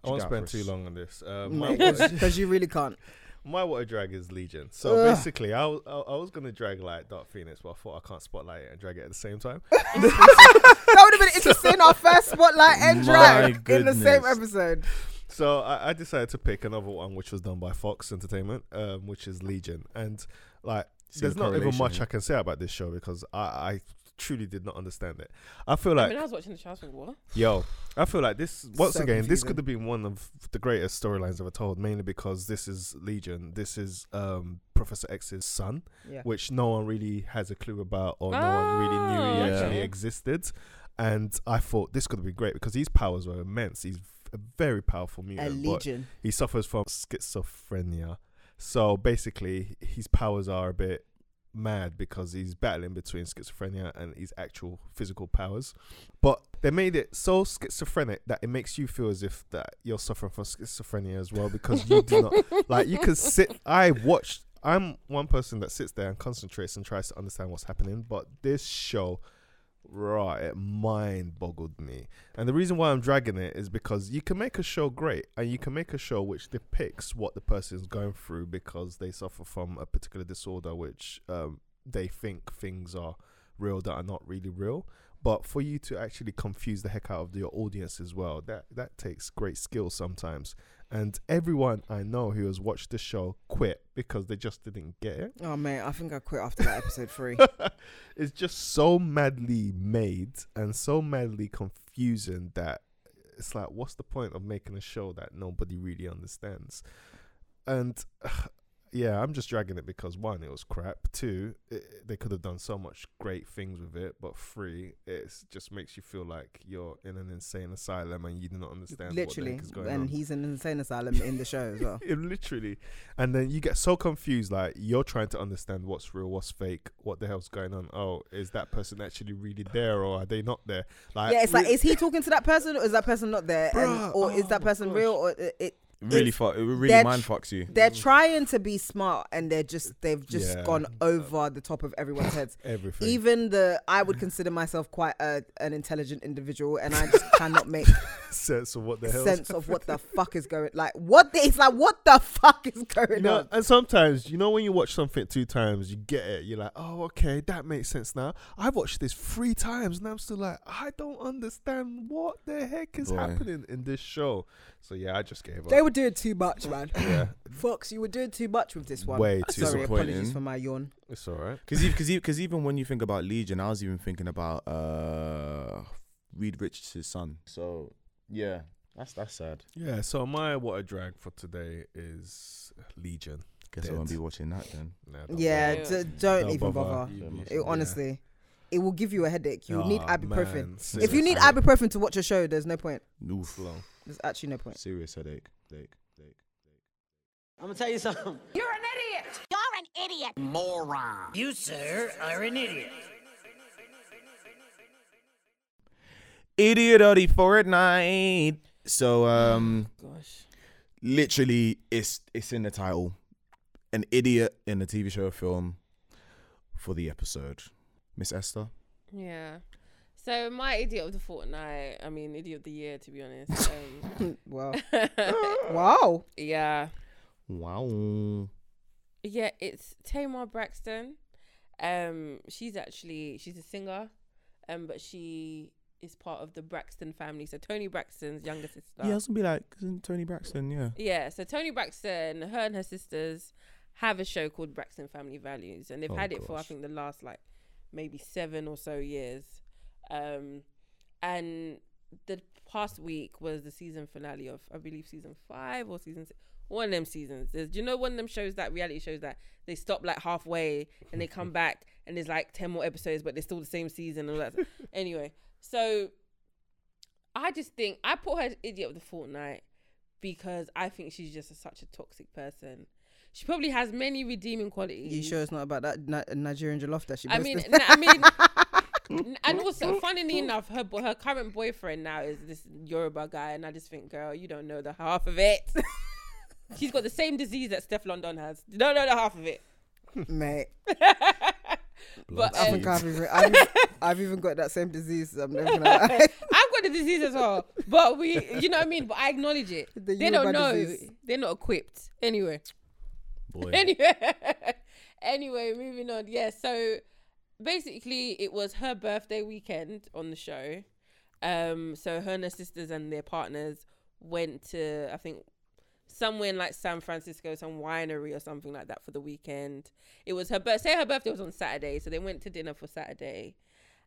I won't
Shout out
spend
for
too
us.
long on this.
Oh,
Uh, my, water,
Mm, Because you really can't.
my water drag is Legion. So
Ugh.
basically, I, w- I, I was going to drag like Dark Phoenix, but I thought I can't spotlight it and drag it at the same time.
That would have been interesting. Our first spotlight and
My
drag in the same
goodness.
episode.
So I, I decided to pick another one, which was done by Fox Entertainment, um, which is Legion. And like,
See
there's
the
not even
correlation
much
here.
I can say about this show because I, I truly did not understand it. I feel
I
like
mean, I was watching the show. I was like, what?
Yo, I feel like this once
So
again. This
confusing.
could have been one of the greatest storylines ever told, mainly because this is Legion. This is um, Professor X's son,
Yeah.
which no one really has a clue about, or no one really knew he
Oh,
actually
okay.
existed. And I thought this could have been great because his powers were immense. He's a very powerful
A
mutant. but
legion.
he suffers from schizophrenia. So basically, his powers are a bit mad because he's battling between schizophrenia and his actual physical powers. But they made it so schizophrenic that it makes you feel as if that you're suffering from schizophrenia as well because you do not like you can sit I watched I'm one person that sits there and concentrates and tries to understand what's happening, but this show Right, it mind boggled me. And the reason why I'm dragging it is because you can make a show great and you can make a show which depicts what the person's going through because they suffer from a particular disorder which um, they think things are real that are not really real. But for you to actually confuse the heck out of your audience as well, that, that takes great skill sometimes. And everyone I know who has watched the show quit because they just didn't get it
Oh man, I think I quit after that episode three.
it's just so madly made and so madly confusing that it's like, what's the point of making a show that nobody really understands? And yeah, I'm just dragging it because one, it was crap. Two, it, they could have done so much great things with it, but three, it just makes you feel like you're in an insane asylum and you do not understand. what the
Literally,
heck is going
and
on.
he's in an insane asylum in the show as well.
It literally, and then you get so confused. Like you're trying to understand what's real, what's fake, what the hell's going on. Oh, is that person actually really there, or are they not there? Like,
yeah, it's like,
re-
is he talking to that person, or is that person not there, and,
Bruh,
or is
oh
that
my
person
gosh. Mm.
real, or it, it?
Really,
It's-
fu- it really
they're
mind
tr-
fucks you.
They're trying to be smart, and they're just they've just
Yeah.
gone over the top of everyone's heads.
everything.
Even the I would consider myself quite a, an intelligent individual, and I just cannot make
sense of what the hell.
sense of what the fuck is going. Like what? The, it's like what the fuck is going on?
and sometimes you know when you watch something two times, you get it. You're like, oh, okay, that makes sense now. I watched this three times, and I'm still like, I don't understand what the heck is
Boy.
happening in this show. So yeah, I just gave up.
They were doing too much, man.
yeah,
Fox, you were doing too much with this one. Oh,
way too.
Sorry, apologies
disappointing.
for my yawn.
It's all right.
Because because because even when you think about Legion, I was even thinking about uh, Reed Richards' son.
So yeah, that's that's sad.
Yeah, so my water drag for today is Legion.
Guess I
Dead.
won't be watching that then.
Nah, don't
Yeah,
bother.
d- don't
Don't
even bother.
You-
It-
yeah.
It, honestly, it will give you a headache. You will need
Ah,
ibuprofen.
man,
If you need
seriously.
ibuprofen to watch a show, there's no point.
Oof.
There's actually no point.
Serious headache. Headache. Headache.
I'm gonna tell you something. You're an idiot. You're an idiot. Moron. You, sir, are an idiot.
Idiot Oddy Fortnite.
So um,
Gosh.
literally it's it's in the title an idiot in a tv show or film for the episode miss esther
Yeah. So my idiot of the fortnight, I mean idiot of the year to be honest. Um,
Wow. wow.
yeah.
wow
Yeah, it's Tamar Braxton. Um, she's actually she's a singer, um, but she is part of the Braxton family. So Tony Braxton's younger sister.
Yeah, I was gonna be like isn't Tony Braxton. Yeah.
Yeah, so Tony Braxton, her and her sisters have a show called Braxton Family Values, and they've
Oh,
had it for I
gosh.
think the last like maybe seven or so years. Um, and the past week was the season finale of I believe season five or season six, one of them seasons. There's, do you know one of them shows that reality shows that they stop like halfway and they come back and there's like ten more episodes, but they're still the same season and all that. anyway, so I just think I put her as idiot of the fortnight because I think she's just a, such a toxic person. She probably has many redeeming qualities.
You sure it's not about that Ni- Nigerian jollof that she?
I mean,
posted?
n- I mean, n- and also, funnily enough, her bo- her current boyfriend now is this Yoruba guy, and I just think, girl, you don't know the half of it. She's got the same disease that Steph London has. You don't know the half of it.
mate,
but
I
um,
think I've even, I've, I've even got that same disease. I'm never gonna lie.
I've got the disease as well, but we, you know what I mean. But I acknowledge it.
The
they don't
Yoruba
know.
disease.
They're not equipped. Anyway.
Boy.
anyway, anyway, moving on. Yeah, so basically, it was her birthday weekend on the show. Um, so her and her sisters and their partners went to, I think, somewhere in like San Francisco, some winery or something like that for the weekend. It was her birthday. Say her birthday was on Saturday, so they went to dinner for Saturday,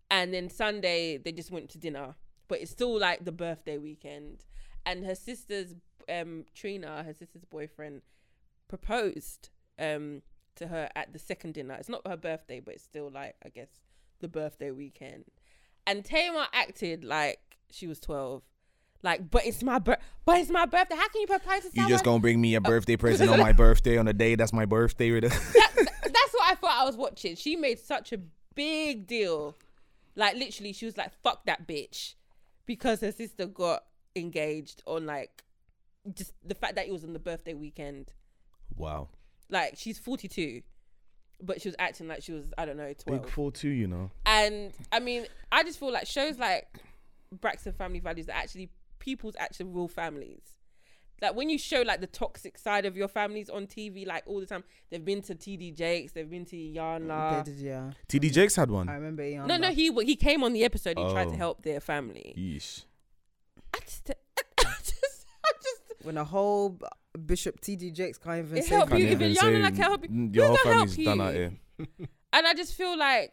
and then Sunday they just went to dinner. But it's still like the birthday weekend, and her sister's um Trina, her sister's boyfriend, proposed um to her at the second dinner. It's not her birthday, but it's still like I guess the birthday weekend. And Tamar acted like she was twelve. Like, but it's my bir- but it's my birthday. How can you propose to
You
someone?
just gonna bring me a birthday present on my birthday on the day that's my birthday. with a-
That's what I thought I was watching. She made such a big deal. Like literally, she was like, "Fuck that bitch," because her sister got engaged on like just the fact that it was on the birthday weekend.
Wow.
Like she's forty two, but she was acting like she was I don't know twelve.
Big four two, you know.
And I mean, I just feel like shows like Braxton Family Values are actually people's actual real families. Like when you show like the toxic side of your families on TV, like all the time, they've been to TD Jakes, they've been to
They
Yana.
did, yeah.
TD Jakes had one.
I remember. Iyanla.
No, no, he wa- he came on the episode. He tried to
Oh.
help their family.
Yeesh.
I just, I just, I just.
when a whole b- Bishop T.D. Jakes can't even
It
say
helped
can
you
you
even
say
Yana, like, help you.
n-
Who's
Your whole
gonna help
family's done
you?
out here.
And I just feel like,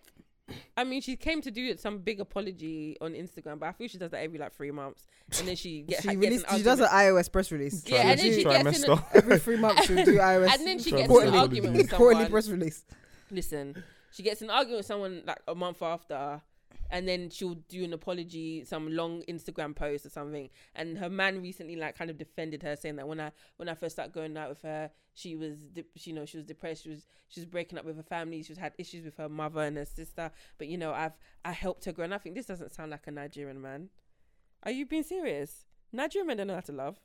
I mean, she came to do some big apology on Instagram, but I feel she does that every like three months, and then she get,
She,
gets an
released, she does
argument.
an iOS press release.
Yeah, and then she gets in a-
Trimester.
Every three months she'll do iOS.
and then she gets in an
Quarterly.
argument with
Quarterly
someone.
press release.
Listen, she gets in an argument with someone like a month after, and then she'll do an apology, some long Instagram post or something. And her man recently like kind of defended her, saying that when I when I first started going out with her, she was de- she, you know she was depressed, she was she was breaking up with her family, she was had issues with her mother and her sister. But you know I've I helped her grow, and I think this doesn't sound like a Nigerian man. Are you being serious? Nigerian men don't know how to love.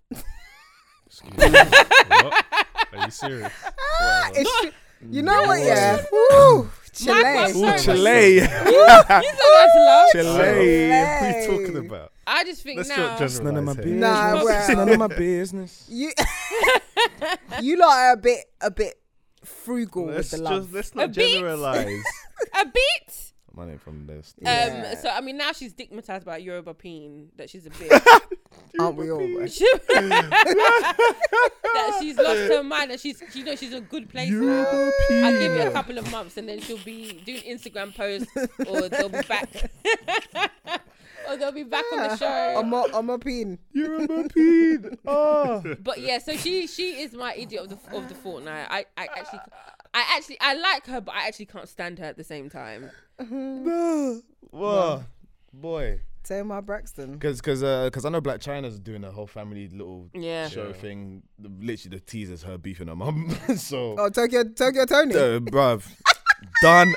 Excuse me. what? Are you serious? Wow.
It's tr- you know what? Yeah. Woo.
Mark,
Chile.
I'm sorry.
Chile.
You don't know how to love.
Chile.
What are you talking
Hey.
about?
I just think
Let's
now.
not generalize
It's none of my
here.
business.
Nah,
It's
well.
none of my business.
You you lot are a bit a bit frugal
Let's
with the
just
love.
let's
A
not
bit.
generalize.
a bit.
My name from this.
Yeah.
Um, so I mean, now she's stigmatized by Yoruba peen that she's a bit
Aren't we all? bruh?
that she's lost her mind and she's you know she's a good place now. I give it a couple of months and then she'll be doing Instagram posts or they'll be back or they'll be back on the
I'm
show.
a, I'm a peen.
But yeah, so she she is my idiot of the of the fortnight. I I actually I actually I like her, but I actually can't stand her at the same time.
Whoa. Boy.
Tamar Braxton.
Because cause, uh, 'cause I know Black China's doing a whole family little
Yeah.
show
Yeah.
thing. The- Literally, the teaser's her beefing her mum. so,
Oh, Tokyo Tokyo Tony.
uh, bruv, done,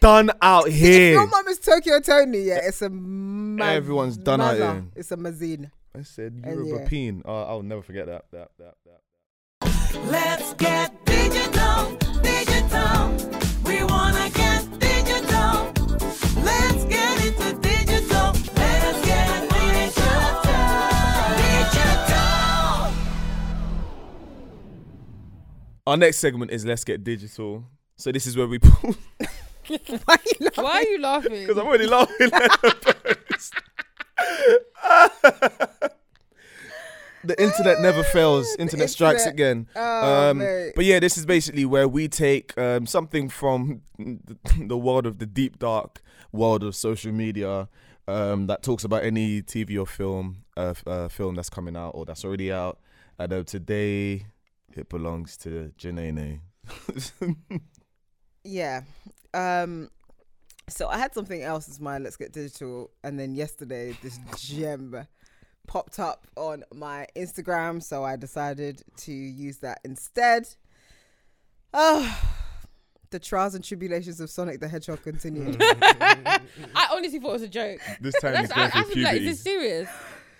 done out here.
Your mum is Tokyo Tony. Yeah, it's a ma-
Everyone's done out
mother.
here.
It's a mazine.
I said
And
Yoruba
yeah.
peen. Oh, I'll never forget that. That. That. That.
Let's get digital, digital. We wanna get digital. Let's get into digital. Let's get digital. Digital.
Our next segment is Let's Get Digital. So this is where we pull.
Why you laughing?
Why are you laughing?
Because I'm already laughing at the post. the internet never fails.
The
Internet strikes
internet.
again.
Oh,
um,
mate.
but yeah, this is basically where we take um, something from the, the world of the deep dark world of social media um, that talks about any TV or film uh, f- uh, film that's coming out or that's already out. And uh, today it belongs to Janene.
Yeah. Um so I had something else as my let's get digital and then yesterday this gem popped up on my Instagram so I decided to use that instead. Oh the trials and tribulations of Sonic the Hedgehog continue.
Mm.
I honestly thought it was a joke.
this time
That's,
it's
I,
going
I
for
was like, is
puberty.
this serious?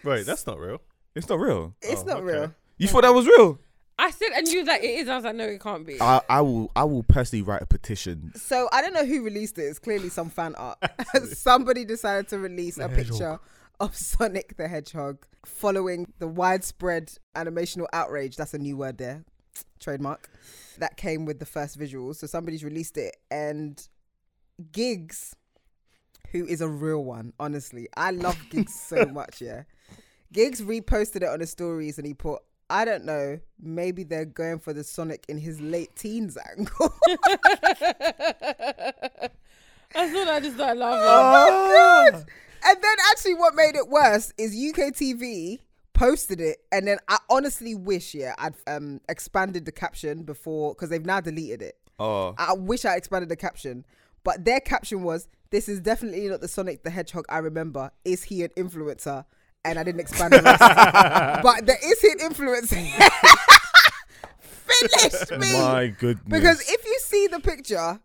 Wait, that's not real.
It's not real.
it's
Oh,
not
okay.
real.
You thought that was real?
I said, and you was like, it is. I was like, no, it can't be.
I, I will. I will personally write a petition.
So I don't know who released it. It's clearly some fan art. Somebody decided to release a picture of Sonic the Hedgehog following the widespread animational outrage. That's a new word there, trademark. That came with the first visuals. So somebody's released it and Gigs, who is a real one, honestly. I love Gigs so much, yeah. Gigs reposted it on his stories and he put, I don't know, maybe they're going for the Sonic in his late teens angle.
I thought I just started laughing.
Oh my god! And then actually, what made it worse is UK TV posted it, and then I honestly wish, yeah, I'd um expanded the caption before because they've now deleted it.
Oh,
I wish I expanded the caption, but their caption was, "This is definitely not the Sonic the Hedgehog I remember. Is he an influencer?" And I didn't expand the rest. but there is an influencer. Finished me.
my goodness!
because if you see the picture, i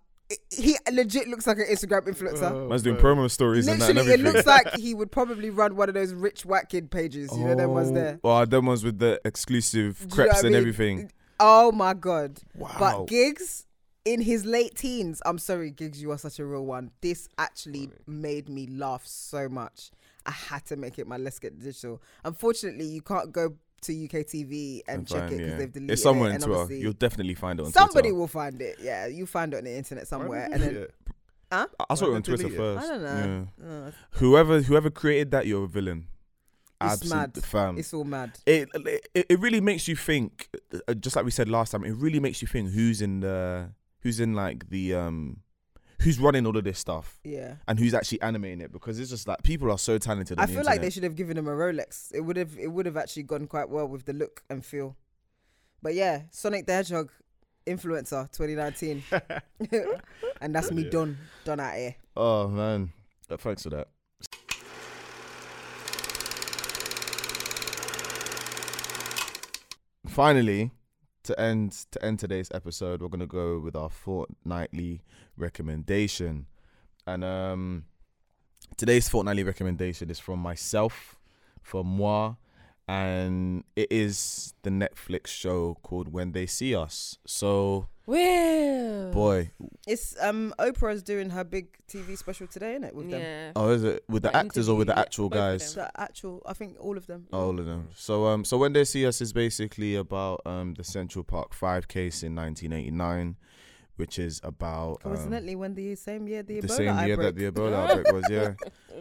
he legit looks like an Instagram influencer.
Oh,
man's doing promo stories and that. And
Literally, it
everything.
looks like he would probably run one of those rich white kid pages. You know, them ones there.
Oh, them ones with the exclusive
Do you know
creps
what I
and
mean?
everything.
Oh my god!
Wow.
But Gigs in his late teens. I'm sorry, Gigs, you are such a real one. This actually made me laugh so much. I had to make it my Let's Get Digital. Unfortunately, you can't go to UK TV and, check it
Fine,
because
yeah.
they've deleted
It's somewhere
it.
in
and
Twitter.
obviously
You'll definitely find it on
Somebody
Twitter.
will find it. Yeah, you find it on the internet somewhere,
Why
and
did
then
you do it?
I saw it
Why
on
did they
Twitter
delete
first.
I don't know. Uh,
Yeah. Whoever whoever created that, you're a villain.
It's
Absolute-
mad.
fam.
it's all mad.
it, it it really makes you think. uh, Just like we said last time, it really makes you think who's in the who's in like the um who's running all of this stuff
Yeah.
and who's actually animating it because it's just like people are so talented. On
I
the
feel like they
internet.
should have given him a Rolex. It would have it would have actually gone quite well with the look and feel. But yeah, Sonic the Hedgehog influencer 2019, and that's me done done out here.
Oh man, Uh, thanks for that. Finally, to end to end today's episode, we're gonna go with our fortnightly recommendation, and um, today's fortnightly recommendation is from myself, from moi, and it is the Netflix show called When They See Us. So,
Well,
boy,
It's um Oprah's doing her big TV special today, isn't it? With them,
yeah.
oh, is it with the
Like
actors or with the
interview,
actual
both of
guys?
them.
the actual I think all of them.
All of them. So um, so when they see us is basically about um the Central Park Five case in 1989, which is about um,
Coincidentally, when the same year the,
the
Ebola
same year that
outbreak.
the Ebola outbreak was. Yeah,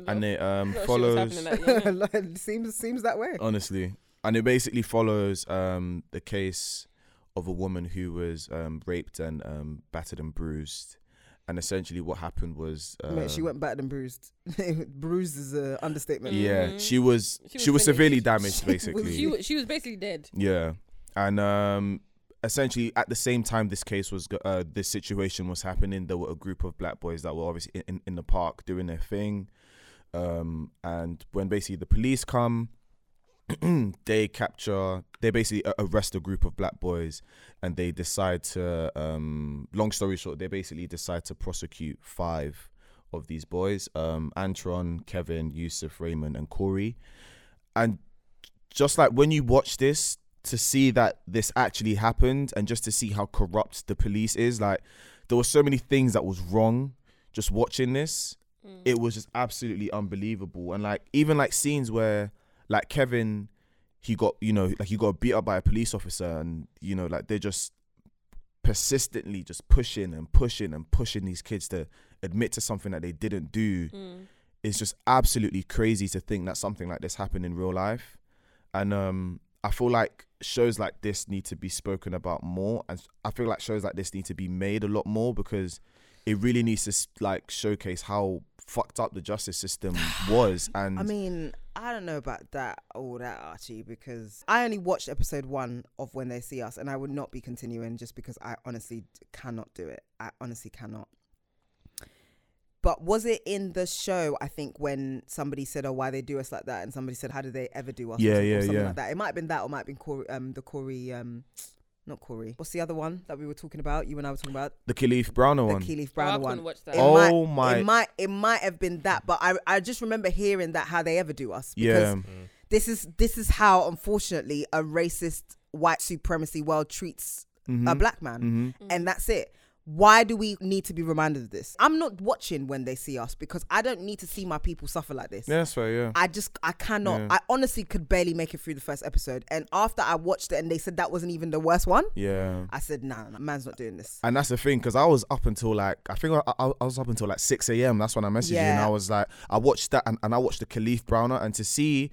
and it um
Not sure what's happening
follows
at the moment.
Like, seems seems that way.
honestly, and it basically follows um the case of a woman who was um raped and um battered and bruised, and essentially what happened was uh,
Mate, she went battered and bruised. bruised is an understatement.
Yeah,
Mhm.
she was
She
she
was
was, severely
finished.
damaged basically.
She wa- she was basically dead.
Yeah, and um, essentially at the same time this case was go- uh, this situation was happening, there were a group of black boys that were obviously in, in, in the park doing their thing, um, and when basically the police come. they capture they basically a- arrest a group of black boys and they decide to um long story short they basically decide to prosecute five of these boys um antron kevin yusuf raymond and corey and just like when you watch this to see that this actually happened and just to see how corrupt the police is like there were so many things that was wrong just watching this
Mm.
it was just absolutely unbelievable and like even like scenes where like kevin he got you know like he got beat up by a police officer and you know like they just persistently just pushing and pushing and pushing these kids to admit to something that they didn't do
Mm.
it's just absolutely crazy to think that something like this happened in real life and um i feel like shows like this need to be spoken about more and i feel like shows like this need to be made a lot more because it really needs to s- like showcase how fucked up the justice system was and
I mean, I don't know about that, all that, Archie, because I only watched episode one of When They See Us, and I would not be continuing just because I honestly d- cannot do it. I honestly cannot. But was it in the show? I think when somebody said, "Oh, why they do us like that," and somebody said, "How do they ever do us?" or
Yeah,
something- or
yeah,
something
yeah.
Like that. It might have been that, or it might have been Corey, um, the Corey, um, not Corey. What's the other one that we were talking about? You and I were talking about
the Khalif Browner
the
one
Key Leaf
Oh, I
Brown
couldn't
one.
watch that.
It
Oh
might,
my-
It might it might have been that, but I I just remember hearing that how they ever do us.
yeah
Because This is this is how unfortunately a racist white supremacy world treats
Mm-hmm.
a black man,
Mm.
and that's it. Why do we need to be reminded of this? I'm not watching when they see us because I don't need to see my people suffer like this.
yeah that's right yeah
I just I cannot.
Yeah.
I honestly could barely make it through the first episode, and after I watched it and they said that wasn't even the worst one,
yeah
I said, "Nah, nah, nah man's not doing this."
And that's the thing, because I was up until like I think I, I, I was up until like six a.m. That's when I messaged you, and
Yeah.
I was like, I watched that, and, and I watched the Khalif Browner, and to see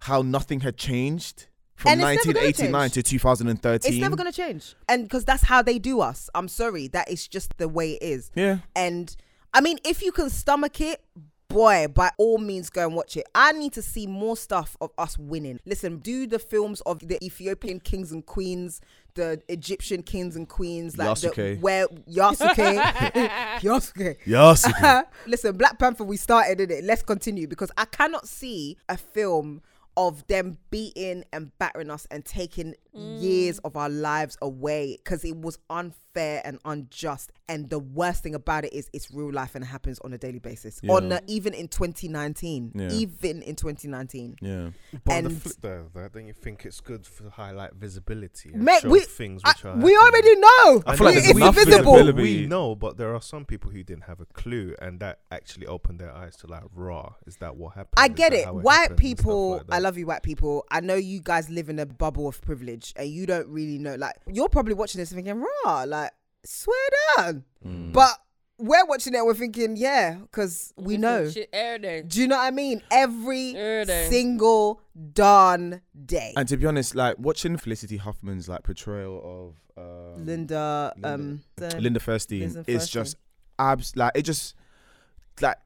how nothing had changed from
And it's never gonna
1989
change.
to 2013.
It's never going to change. And because that's how they do us. I'm sorry. That is just the way it is.
Yeah.
And I mean, if you can stomach it, boy, by all means go and watch it. I need to see more stuff of us winning. Listen, do the films of the Ethiopian kings and queens, the Egyptian kings and queens, like the
Yasuke.
where Yasuke. Yasuke.
Yes.
Listen, Black Panther, we started in it. Let's continue because I cannot see a film of them beating and battering us and taking
Mm.
years of our lives away because it was unfair and unjust. And the worst thing about it is it's real life and it happens on a daily basis. On a, even in 2019,
Yeah.
even in 2019.
yeah.
But on
And-
the flip though, of that, don't you think it's good to highlight visibility and
Mate,
show
we,
things
I-
which are
we
happening?
already know.
I
feel like
We-
there's
it's
enough
invisible.
visibility.
We
Maybe-
know, but there are some people who didn't have a clue, and that actually opened their eyes to like, raw. Is that what happened?
I
Is
get
that
it.
how
White
happened?" and stuff
people,
like
I
that.
love you, white people. I know you guys live in a bubble of privilege and you don't really know. Like, you're probably watching this and thinking, rah, like, swear down.
Mm.
But we're watching it, we're thinking, yeah, because we know.
Shit, eh? air day.
Do you know what I mean? Every
Every day.
single darn day.
And to be honest, like watching Felicity Huffman's like portrayal of um,
Linda, um, the-
Linda Furstein
Linda
is
Furstein.
just abs like it just like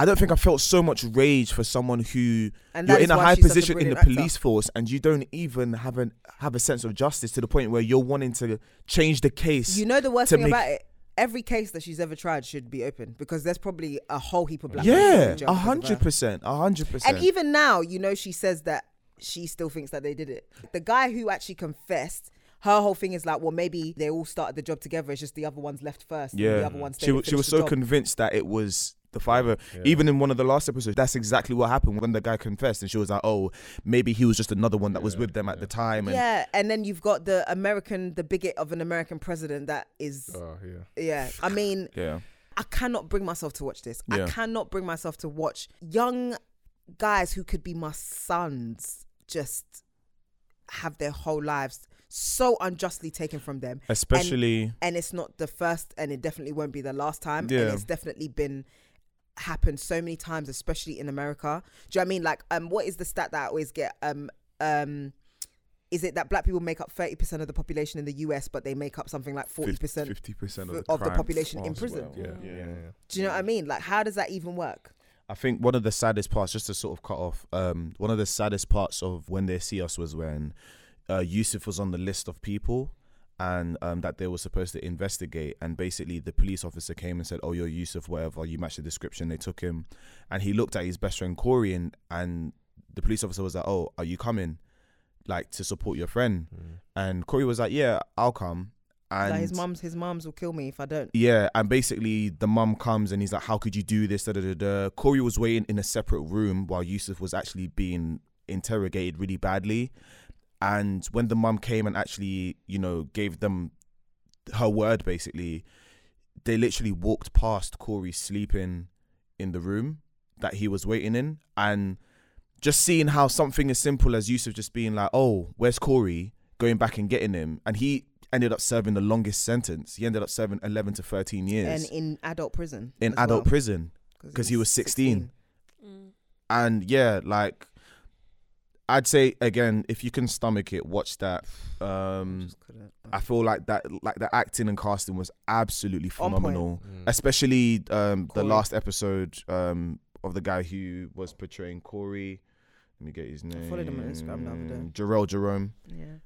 I don't think I felt so much rage for someone who
And that
you're
is
in a
why
high
she's such a
position in the
brilliant actor.
police force and you don't even have an have a sense of justice to the point where you're wanting to change the case.
You know the worst
to
thing
make-
about it. Every case that she's ever tried should be open because there's probably a whole heap of black people
yeah,
in jail
a
because of her.
hundred percent, a hundred percent.
And even now, you know, she says that she still thinks that they did it. The guy who actually confessed, her whole thing is like, well, maybe they all started the job together. It's just the other ones left first. and
yeah,
the other ones.
she wa- she was so convinced that it was. The fiver, even in one of the last episodes, that's exactly what happened when the guy confessed, and she was like, "Oh, maybe he was just another one that was with them at the time." And
Yeah, and then you've got the American, the bigot of an American president that is.
Uh.
Oh yeah.
Yeah, I mean,
yeah,
I cannot bring myself to watch this.
Yeah.
I cannot bring myself to watch young guys who could be my sons just have their whole lives so unjustly taken from them.
especially
and it's not the first and it definitely won't be the last time and
Yeah.
it's definitely been happened so many times especially in america do you know what i mean like um what is the stat that i always get um um is it that black people make up 30% of the population in the us but they make up something like 40%
fifty percent
of the of the crime population in as prison. well.
Yeah.
Yeah. yeah.
do you know what i mean like how does that even work
I think one of the saddest parts, just to sort of cut off, um, one of the saddest parts of when they see us was when uh, Yusuf was on the list of people and um, that they were supposed to investigate. And basically, the police officer came and said, "Oh, you're Yusuf, whatever. You match the description." They took him, and he looked at his best friend Corey, and and the police officer was like, "Oh, are you coming, like to support your friend?" And Corey was like, "Yeah, I'll come." And
like his mums his mums will kill me if i don't
yeah, and basically the mum comes and he's like, "How could you do this?" Da, da, da, da. Corey was waiting in a separate room while Yusuf was actually being interrogated really badly. And when the mum came and actually, you know, gave them her word, basically, they literally walked past Corey sleeping in the room that he was waiting in, and just seeing how something as simple as Yusuf just being like, "Oh, where's Corey?" going back and getting him, and he ended up serving the longest sentence. He ended up serving 11 to 13 years
and in adult prison.
in
as
adult
well,
prison because he was 16.
Mm.
And yeah, like I'd say again, if you can stomach it, watch that. Um,
Just couldn't.
I feel like that, like the acting and casting was absolutely
On point.
phenomenal,
Mm.
Mm.
especially um, the last episode um, of the guy who was portraying Corey. Let me get his name.
I followed him on Instagram the other day.
Jerrell Jerome,
Yeah.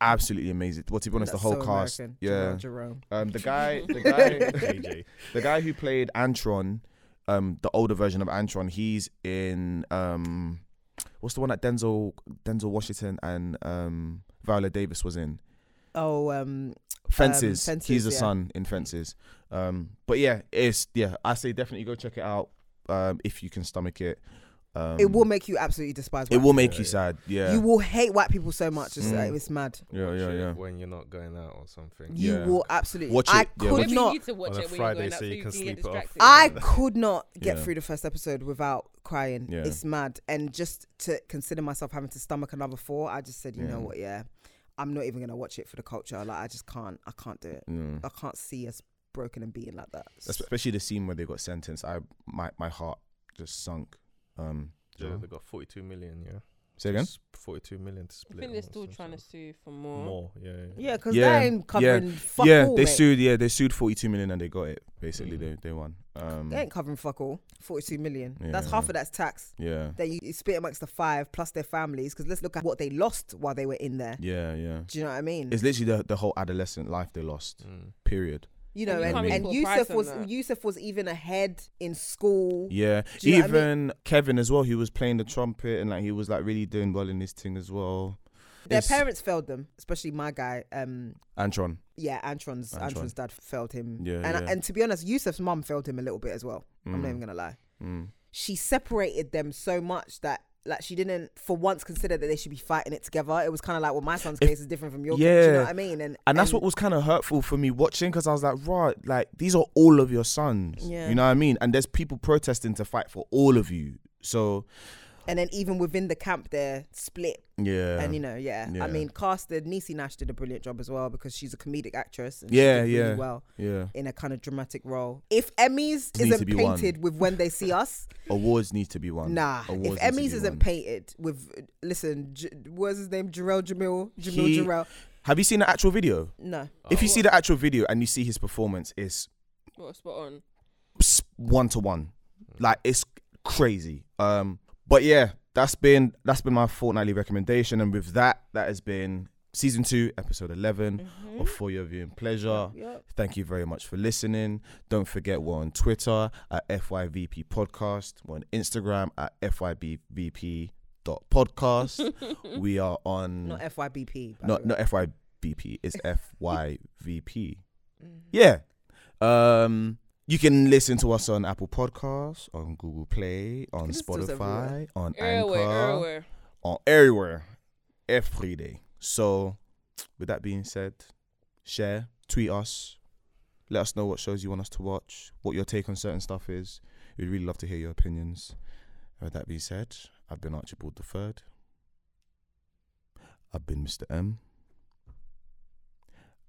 absolutely amazing. Well, to be honest,
That's
the whole
so
cast,
American.
yeah.
Jerome, Jerome.
Um, the guy, the guy,
KJ.
the guy who played Antron, um, the older version of Antron, he's in um, what's the one that Denzel Denzel Washington and um, Viola Davis was in
Oh, um,
Fences.
Fences,
he's the
yeah.
son in Fences. Um, but yeah, it's yeah. I say definitely go check it out um, if you can stomach it. Um,
it will make you absolutely despise. White
it will make
Yeah,
you
yeah.
sad. Yeah.
You will hate white people so much. It's,
Mm.
uh, it's mad.
yeah, yeah,
Shit,
yeah.
When you're not going out or something.
You
Yeah.
will absolutely.
Watch
I
it, yeah,
could
watch
Maybe you
not.
need to watch
On a
it when
Friday
you're going out
so you can
get
sleep it off.
distracted.
I could not get
Yeah.
through the first episode without crying.
Yeah.
It's mad. And just to consider myself having to stomach another four, I just said, you
Yeah.
know what, yeah, I'm not even gonna watch it for the culture. Like I just can't. I can't do it.
Mm.
I can't see us broken and beaten like that.
Especially the scene where they got sentenced. I my my heart just sunk. Um,
Yeah, they got 42 million, yeah.
say again.
Just 42 million to
I
split.
think they're
amongst
still
them,
trying to
so-
sue for more.
more. Yeah,
yeah, because
Yeah.
that ain't
Yeah.
covering fuck
yeah,
all.
they
mate.
sued. Yeah, they sued forty-two million and they got it.
Mm.
Basically, they they won. Um,
They ain't covering fuck all. Forty-two million. That's
Yeah.
half of that's tax.
yeah,
Then you, you split amongst the five plus their families. Because let's look at what they lost while they were in there.
yeah, yeah.
Do you know what I mean?
It's literally the, the whole adolescent life they lost.
Mm.
Period.
you know,
You
and,
can't
and,
really
put a price
Yusuf
on
was
that.
Yusuf was even ahead in school.
Yeah,
Do you know
even
what I mean?
Kevin as well. He was playing the trumpet and like he was like really doing well in his thing as well.
Their
It's-
parents failed them, especially my guy. Um,
Antron.
yeah, Antron's
Antron.
Antron's dad failed him.
Yeah,
and
yeah.
and to be honest, Yusuf's mum failed him a little bit as well. I'm
Mm.
not even gonna lie.
Mm.
She separated them so much that. Like she didn't, for once, consider that they should be fighting it together. It was kind of like, well, my son's
If-
case is different from your case. You know
yeah.
what I mean? And
And that's what was kind of hurtful for me watching because I was like, right, like these are all of your sons.
Yeah.
You know what I mean? And there's people protesting to fight for all of you. So
And then even within the camp, they're split.
yeah,
And you know, yeah.
Yeah.
I mean, casted Nisi Nash did a brilliant job as well because she's a comedic actress. And
Yeah,
she did
yeah.
Really well
yeah.
in a kind of dramatic role. If Emmys
Need to
isn't
be won.
painted with when they see us,
Awards need to be won.
nah.
Awards
If
need to be
Emmys isn't
won.
painted with, listen, J- what's his name? Jarrell Jamil, Jamil
He-
Jarrell.
Have you seen the actual video?
No,
If
Oh,
you see the actual video and you see his performance, it's
Well, spot on.
one to one, like it's crazy. Um, but yeah, that's been that's been my fortnightly recommendation, and with that, that has been season two, episode 11 of For Your Viewing
Mm-hmm.
Pleasure. Thank you very much for listening. Don't forget we're on Twitter at FYVP Podcast. We're on Instagram at FYBVP dot podcast. we are on
not FYBP. by
Mm. not
the way.
not FYBP. It's FYVP.
Mm-hmm.
Yeah. Um you can listen to us on Apple Podcasts, on Google Play, on
listen to us everywhere.
Spotify, on Anchor,
Everywhere, everywhere.
on everywhere, every day. So, with that being said, share, tweet us, let us know what shows you want us to watch, what your take on certain stuff is. We'd really love to hear your opinions. And with that being said, I've been Archibald the Third. I've been Mr. M.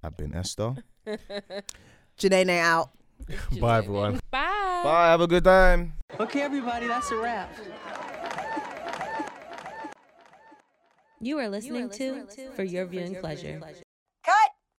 I've been Esther.
Janae out.
Bye, everyone.
Bye.
Bye. Have a good time.
Okay, everybody, that's a wrap.
You are listening to For Your Viewing Pleasure.